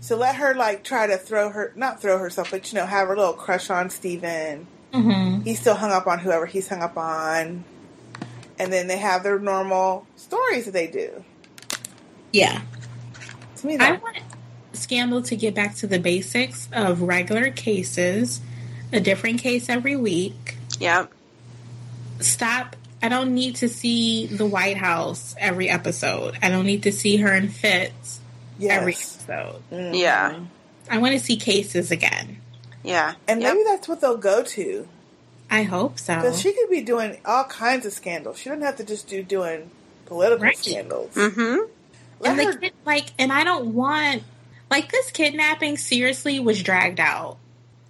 S1: So let her like try to throw her not throw herself, but you know have her little crush on Steven.
S2: Mm-hmm.
S1: He's still hung up on whoever he's hung up on, and then they have their normal stories that they do.
S2: Yeah.
S1: To me,
S2: I
S1: that
S2: want Scandal to get back to the basics of regular cases, a different case every week.
S3: Yeah.
S2: Stop. I don't need to see the White House every episode. I don't need to see her in fits every
S1: yes.
S2: episode.
S1: Mhm.
S3: Yeah.
S2: Mm-hmm. I want to see cases again.
S3: Yeah.
S1: And
S3: Yep.
S1: maybe that's what they'll go to.
S2: I hope so.
S1: Because she could be doing all kinds of scandals. She doesn't have to just do doing political
S2: Right.
S4: Mm-hmm.
S1: scandals.
S3: Mhm.
S2: and the kid, like, and I don't want like this kidnapping. Seriously, was dragged out.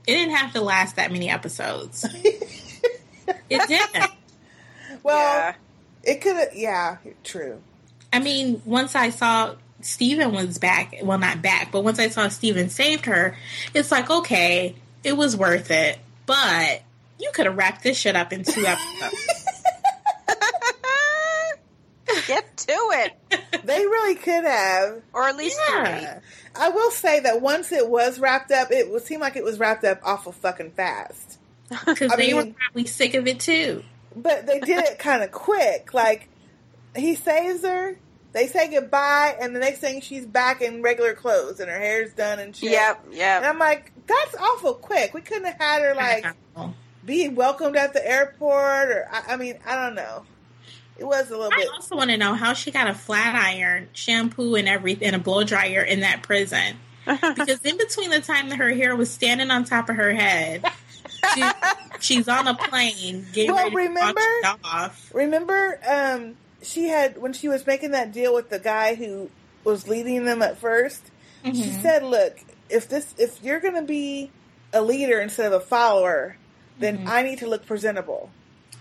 S2: It didn't have to last that
S1: [LAUGHS]
S2: many episodes. it didn't.
S1: Well,
S3: yeah.
S1: it could have. Yeah, true.
S2: I mean, once I saw Steven was back, well, not back, but once I saw Steven saved her, it's like, okay, it was worth it. But you could have wrapped this shit up in
S1: [LAUGHS]
S2: two episodes.
S4: Get to it,
S1: They really could have.
S4: or at least three.
S2: yeah.
S1: I will say that once it was wrapped up, it would seem like it was wrapped up awful fucking fast.
S2: Because
S1: I
S2: they were
S1: mean-
S2: probably sick of it too.
S1: But they did
S2: [LAUGHS]
S1: it kind of quick. Like he saves her, they say goodbye, and the next thing she's back in regular clothes and her hair's done and shit.
S4: Yep,
S1: And
S4: yep.
S1: I'm like, that's awful quick. We couldn't have had
S2: [LAUGHS]
S1: her like be welcomed at the airport, or I, I mean, I don't know. It was a little
S2: I
S1: bit.
S2: also want to know how she got a flat iron, shampoo, and everything, and a blow dryer in that prison. Because in between the time that her hair was standing on top of her head, she, she's on a plane getting
S1: Well,
S2: ready to
S1: remember-
S2: launch it off.
S1: Remember, um, she had when she was making that deal with the guy who was leading them at 1st
S4: Mm-hmm.
S1: She
S2: Mhm.
S1: said, "Look, if this, if you're going to be a leader instead of a follower, then
S2: Mhm.
S1: I need to look presentable."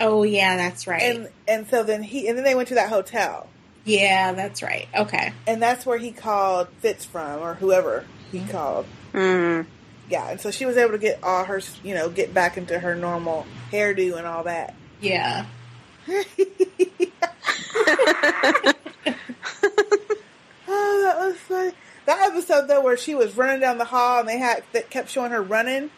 S2: "Oh yeah, that's right.
S1: And and so then he and then they went to that hotel,
S2: yeah, that's right. Okay,
S1: and that's where he called Fitz from or whoever he
S2: Mhm.
S1: called.
S4: [LAUGHS] Mm.
S1: Yeah, and so she was able to get all her, you know, get back into her normal hairdo and all that.
S2: yeah."
S1: Oh, that was funny. That episode though, where she was running down the hall and they had that kept showing her running. that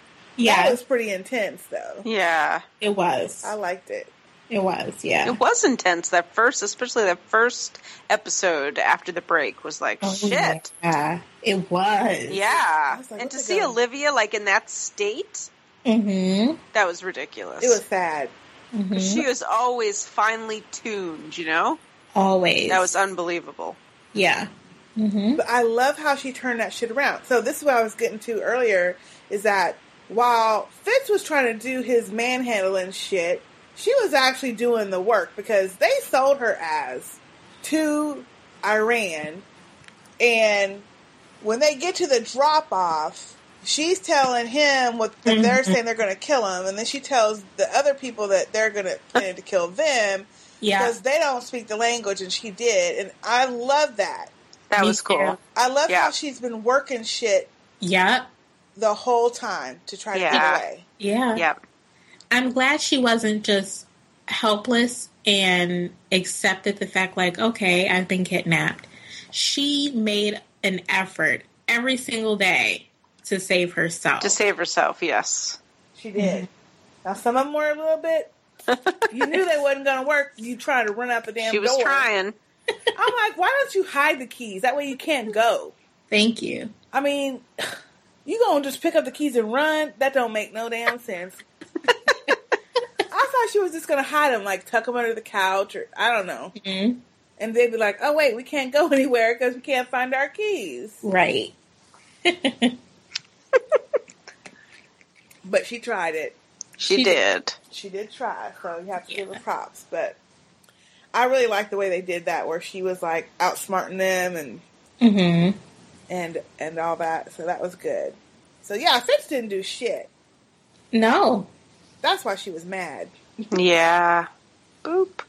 S2: Yeah,
S1: was pretty intense though.
S4: Yeah,
S2: it was.
S1: I liked it.
S2: It was. Yeah.
S4: it was intense. That first, especially that first episode after the break, was like
S2: Oh,
S4: shit.
S2: Yeah, it was.
S4: Yeah,
S1: I was like,
S4: and
S1: what
S4: to
S1: the
S4: see
S1: girl?
S4: Olivia like in that state,
S2: Mm-hmm.
S4: that was ridiculous.
S1: It was sad.
S2: hmm
S4: She was always finely tuned, you know.
S2: Always.
S4: That was unbelievable.
S2: Yeah. Mm-hmm.
S1: But I love how she turned that shit around. So this is what I was getting to earlier is that while Fitz was trying to do his manhandling shit, she was actually doing the work because they sold her as to Iran and when they get to the drop off, she's telling him what that they're saying they're gonna kill him and then she tells the other people that they're gonna plan to kill them
S2: Yeah.
S1: because they don't speak the language and she did and I love that.
S4: That
S2: Me
S4: was cool.
S2: too.
S1: I love
S4: Yeah.
S1: how she's been working shit
S2: Yep.
S1: the whole time to try to
S4: Yeah.
S1: get away.
S2: Yeah.
S4: Yeah,
S2: I'm glad she wasn't just helpless and accepted the fact, like, okay, I've been kidnapped. She made an effort every single day to save herself.
S4: to save herself. Yes.
S1: She
S4: Mm-hmm.
S1: did. Now some of them were a little bit. You knew they wasn't gonna work. You tried to run out the damn
S4: she was
S1: door.
S4: trying.
S1: I'm like, why don't you hide the keys? That way you can't go.
S2: Thank you.
S1: I mean, [SIGHS] you gonna just pick up the keys and run? That don't make no damn sense. I thought she was just gonna hide them, like tuck them under the couch, or I don't know.
S4: Mm-hmm.
S2: Mhm.
S1: And they'd be like, "Oh wait, we can't go [LAUGHS] anywhere because we can't find our keys."
S2: Right.
S1: But she tried it.
S4: She,
S2: She
S4: did.
S1: she did try, so you have to give her
S2: Yeah.
S1: props. But I really like the way they did that, where she was like outsmarting them and
S2: hmm
S1: and and all that. So that was good. So yeah, Fitz didn't do shit.
S2: No.
S1: That's why she was mad.
S4: Yeah. Boop.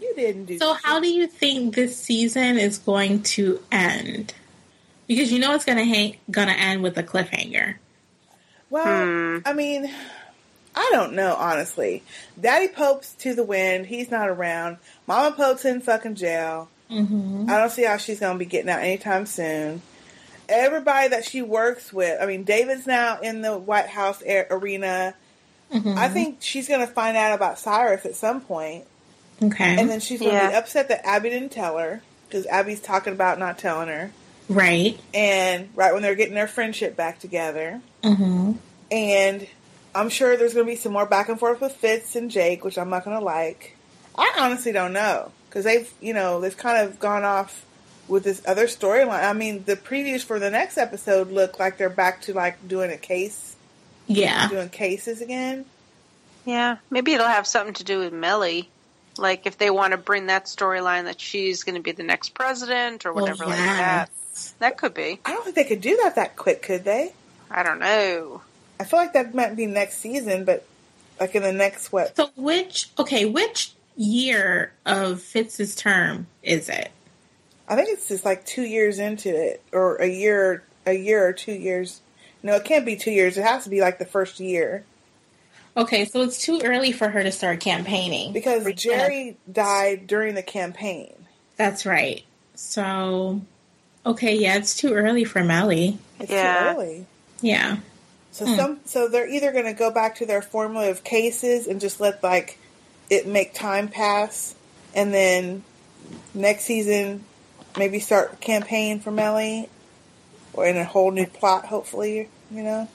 S1: You didn't do.
S2: So,
S1: shit.
S2: how do you think this season is going to end? Because you know it's gonna hang, gonna end with a cliffhanger.
S1: Well,
S4: Hmm.
S1: I mean, I don't know honestly. Daddy Pope's to the wind. He's not around. Mama Pope's in fucking jail.
S2: Mm-hmm.
S1: I don't see how she's going to be getting out anytime soon. Everybody that she works with, I mean, David's now in the White House a- arena. I think she's going to find out about Cyrus at some point,
S2: Okay.
S1: and then she's going to be
S4: Yeah.
S1: upset that Abby didn't tell her because Abby's talking about not telling her.
S2: right.
S1: And right when they're getting their friendship back together,
S2: Mm-hmm.
S1: and I'm sure there's going to be some more back and forth with Fitz and Jake, which I'm not going to like. I honestly don't know because they've, you know, they've kind of gone off with this other storyline. I mean, the previews for the next episode look like they're back to like doing a case,
S2: Yeah.
S1: doing cases again.
S4: Yeah. Maybe it'll have something to do with Melly. Like if they want to bring that storyline that she's going to be the next president or
S2: Well,
S4: whatever like that.
S2: yes.
S4: That could be.
S1: I don't think they could do that that quick, could they?
S4: I don't know.
S1: I feel like that might be next season, but like in the next what?
S2: So which okay, which year of Fitz's term is it?
S1: I think it's just like two years into it, or a year, a year or two years. No, it can't be two years. It has to be like the first year
S2: Okay, so it's too early for her to start campaigning.
S1: because Jerry died during the campaign.
S2: That's right. So okay, yeah, it's too early for Melly.
S1: It's
S4: Yeah.
S1: too early.
S2: Yeah.
S1: So some, so they're either going to go back to their formula of cases and just let like it make time pass, and then next season maybe start campaign for Melly, or in a whole new plot. Hopefully, you know.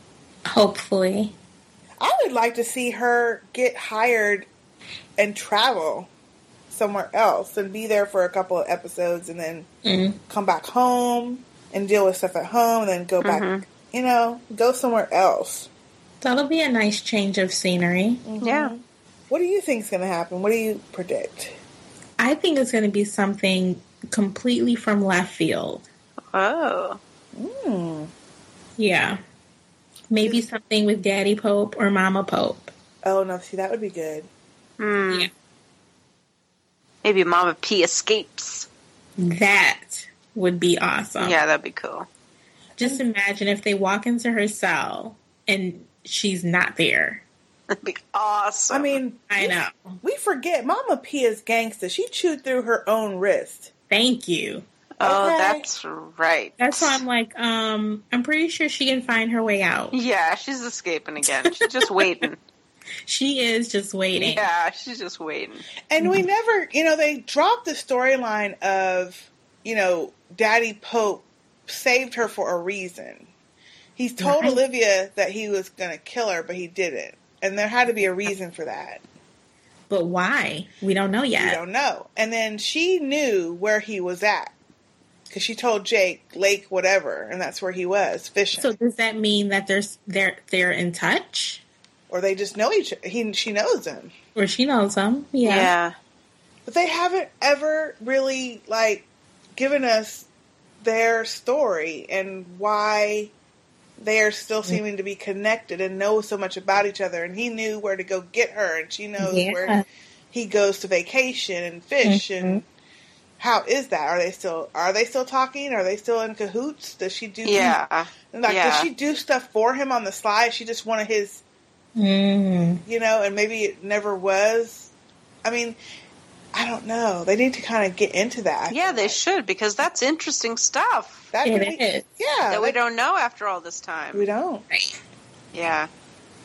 S2: Hopefully.
S1: I would like to see her get hired and travel somewhere else and be there for a couple of episodes and then
S2: Mm.
S1: come back home and deal with stuff at home and then go back,
S2: Mm-hmm.
S1: you know, go somewhere else.
S2: That'll be a nice change of scenery.
S4: Yeah.
S1: What do you think is going to happen? What do you predict?
S2: I think it's going to be something completely from left field.
S4: Oh.
S2: Yeah. Maybe something with Daddy Pope or Mama Pope.
S1: Oh, no, see, that would be good.
S2: Yeah.
S4: Hmm. Maybe Mama P escapes.
S2: That would be awesome.
S4: Yeah, that'd be cool. [LAUGHS]
S2: Just imagine if they walk into her cell and she's not there.
S4: That'd be awesome.
S1: I mean,
S2: Oh, I know.
S1: we forget Mama P is gangsta. She chewed through her own wrist.
S2: Thank you.
S4: oh,
S1: okay.
S4: that's right.
S2: That's why I'm like, um, I'm pretty sure she can find her way out.
S4: Yeah, she's escaping again. She's just waiting.
S2: She is just waiting.
S4: yeah, she's just waiting.
S1: And
S2: Mm-hmm.
S1: we never, you know, they dropped the storyline of, you know, Daddy Pope saved her for a reason. He told
S2: Right.
S1: Olivia that he was going to kill her, but he didn't. And there had to be a reason for that.
S2: But why? We don't know
S1: We
S2: yet.
S1: don't know. And then she knew where he was at because she told Jake Lake whatever, and that's where he was fishing.
S2: So does that mean that there's they're they're in touch?
S1: or they just know each. He she knows him,
S2: Or she knows them. Yeah.
S4: yeah.
S1: but they haven't ever really like given us their story and why they are still seeming to be connected and know so much about each other. And he knew where to go get her, and she knows
S2: Yeah.
S1: where he goes to vacation and fish. And how is that? Are they still are they still talking? Are they still in cahoots? Does she do
S4: Yeah.
S1: like does
S4: Yeah.
S1: she do stuff for him on the slide? She just wanted his
S2: Mm.
S1: you know, and maybe it never was. I mean, I don't know. They need to kind of get into that.
S4: Yeah, they should because that's interesting stuff
S1: that could
S2: It
S1: be,
S2: is.
S1: yeah,
S4: that we
S1: that-
S4: don't know after all this time.
S1: we don't.
S2: Right.
S4: Yeah.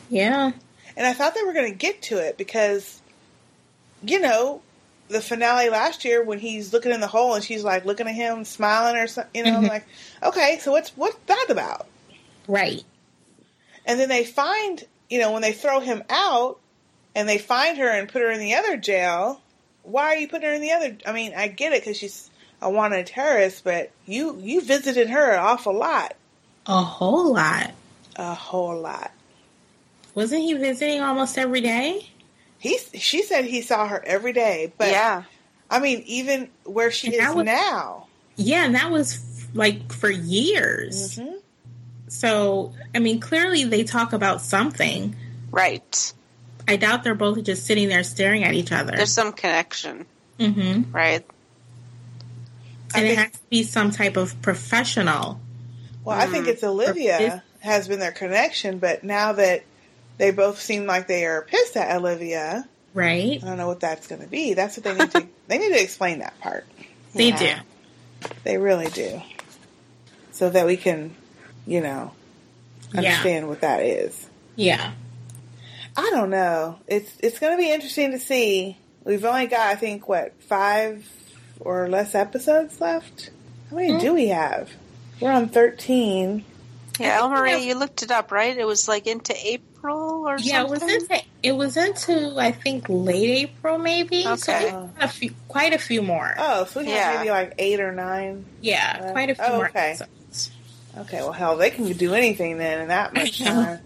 S2: Yeah.
S1: And I thought they were going to get to it because, you know, the finale last year when he's looking in the hole and she's like looking at him, smiling or something. You know,
S2: Mm-hmm.
S1: I'm like, okay, so what's what's that about?
S2: Right.
S1: And then they find, you know, when they throw him out and they find her and put her in the other jail, why are you putting her in the other? I mean, I get it because she's a wanted terrorist, but you you visited her an awful lot,
S2: A whole lot.
S1: a whole lot.
S2: Wasn't he visiting almost every day?
S1: He she said he saw her every day, but
S4: yeah.
S1: I mean, even where she
S2: And
S1: is
S2: that was-
S1: now,
S2: Yeah, and that was like for years.
S1: Mhm.
S2: So, I mean, clearly they talk about something.
S4: Right.
S2: I doubt they're both just sitting there staring at each other.
S4: There's some connection,
S2: hmm
S4: right?
S1: I
S2: And it
S1: think-
S2: has to be some type of professional.
S1: Well, I
S2: Mm.
S1: think it's Olivia has been their connection, but now that they both seem like they are pissed at Olivia,
S2: Right?
S1: I don't know what that's going to be. That's what they need to they need to explain that part.
S2: They do.
S4: Yeah.
S1: They really do. So that we can, you know,
S2: Yeah.
S1: understand what that is.
S2: Yeah.
S1: I don't know. It's it's going to be interesting to see. We've only got I think what 5 or less episodes left. How many do we have? We're on 13.
S4: Yeah, El
S2: yeah.
S4: Marie, you looked it up, right? It was like into April or
S2: Yeah, it was
S4: something.
S2: into it was into I think late April maybe. So
S4: Okay.
S2: we've got a few, quite a few more.
S1: Oh, so we have
S4: Yeah.
S1: maybe like 8 or 9.
S2: yeah, quite a few
S1: Oh,
S2: more.
S1: okay.
S2: episodes.
S1: Okay, well hell, they can do anything then in that much time.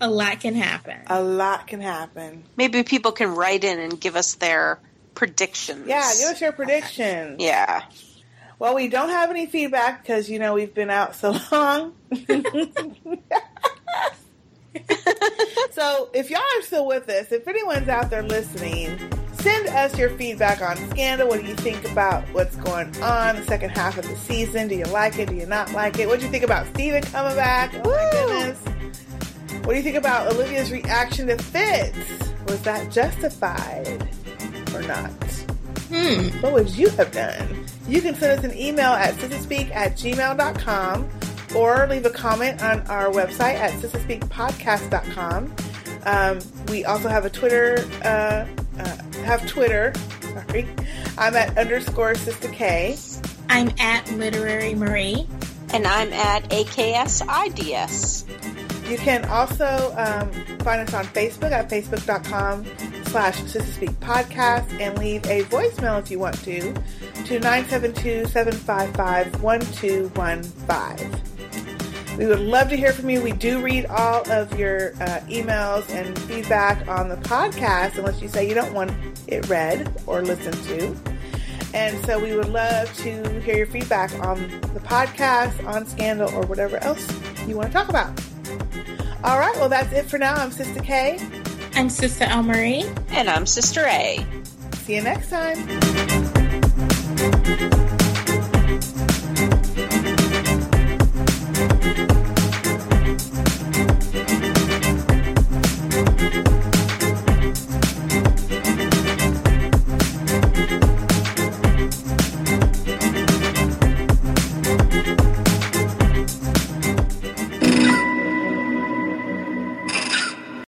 S2: a lot can happen.
S1: A lot can happen.
S4: Maybe people can write in and give us their predictions.
S1: Yeah, give us your predictions.
S4: Yeah.
S1: Well, we don't have any feedback because you know we've been out so [LAUGHS] long. so if y'all are still with us, if anyone's out there listening, send us your feedback on Scandal. What do you think about what's going on the second half of the season? Do you like it? Do you not like it? What do you think about Steven coming back? Oh my goodness. What do you think about Olivia's reaction to Fitz? Was that justified or not?
S2: Hmm.
S1: what would you have done? You can send us an email at sisterspeak at gmail.com or leave a comment on our website at sisterspeakpodcast.com. Um, we also have a Twitter, uh, uh, have Twitter, sorry. I'm at underscore sister K.
S2: I'm at Literary Marie.
S4: And I'm at AKSIDS.
S1: You can also um, find us on Facebook at facebook.com slash Sister Speak Podcast and leave a voicemail if you want to to 972-755-1215. We would love to hear from you. We do read all of your uh, emails and feedback on the podcast unless you say you don't want it read or listened to. And so we would love to hear your feedback on the podcast, on Scandal, or whatever else you want to talk about. All right, well, that's it for now. I'm Sister K.
S2: I'm Sister El Marie.
S4: And I'm Sister A.
S1: See you next time.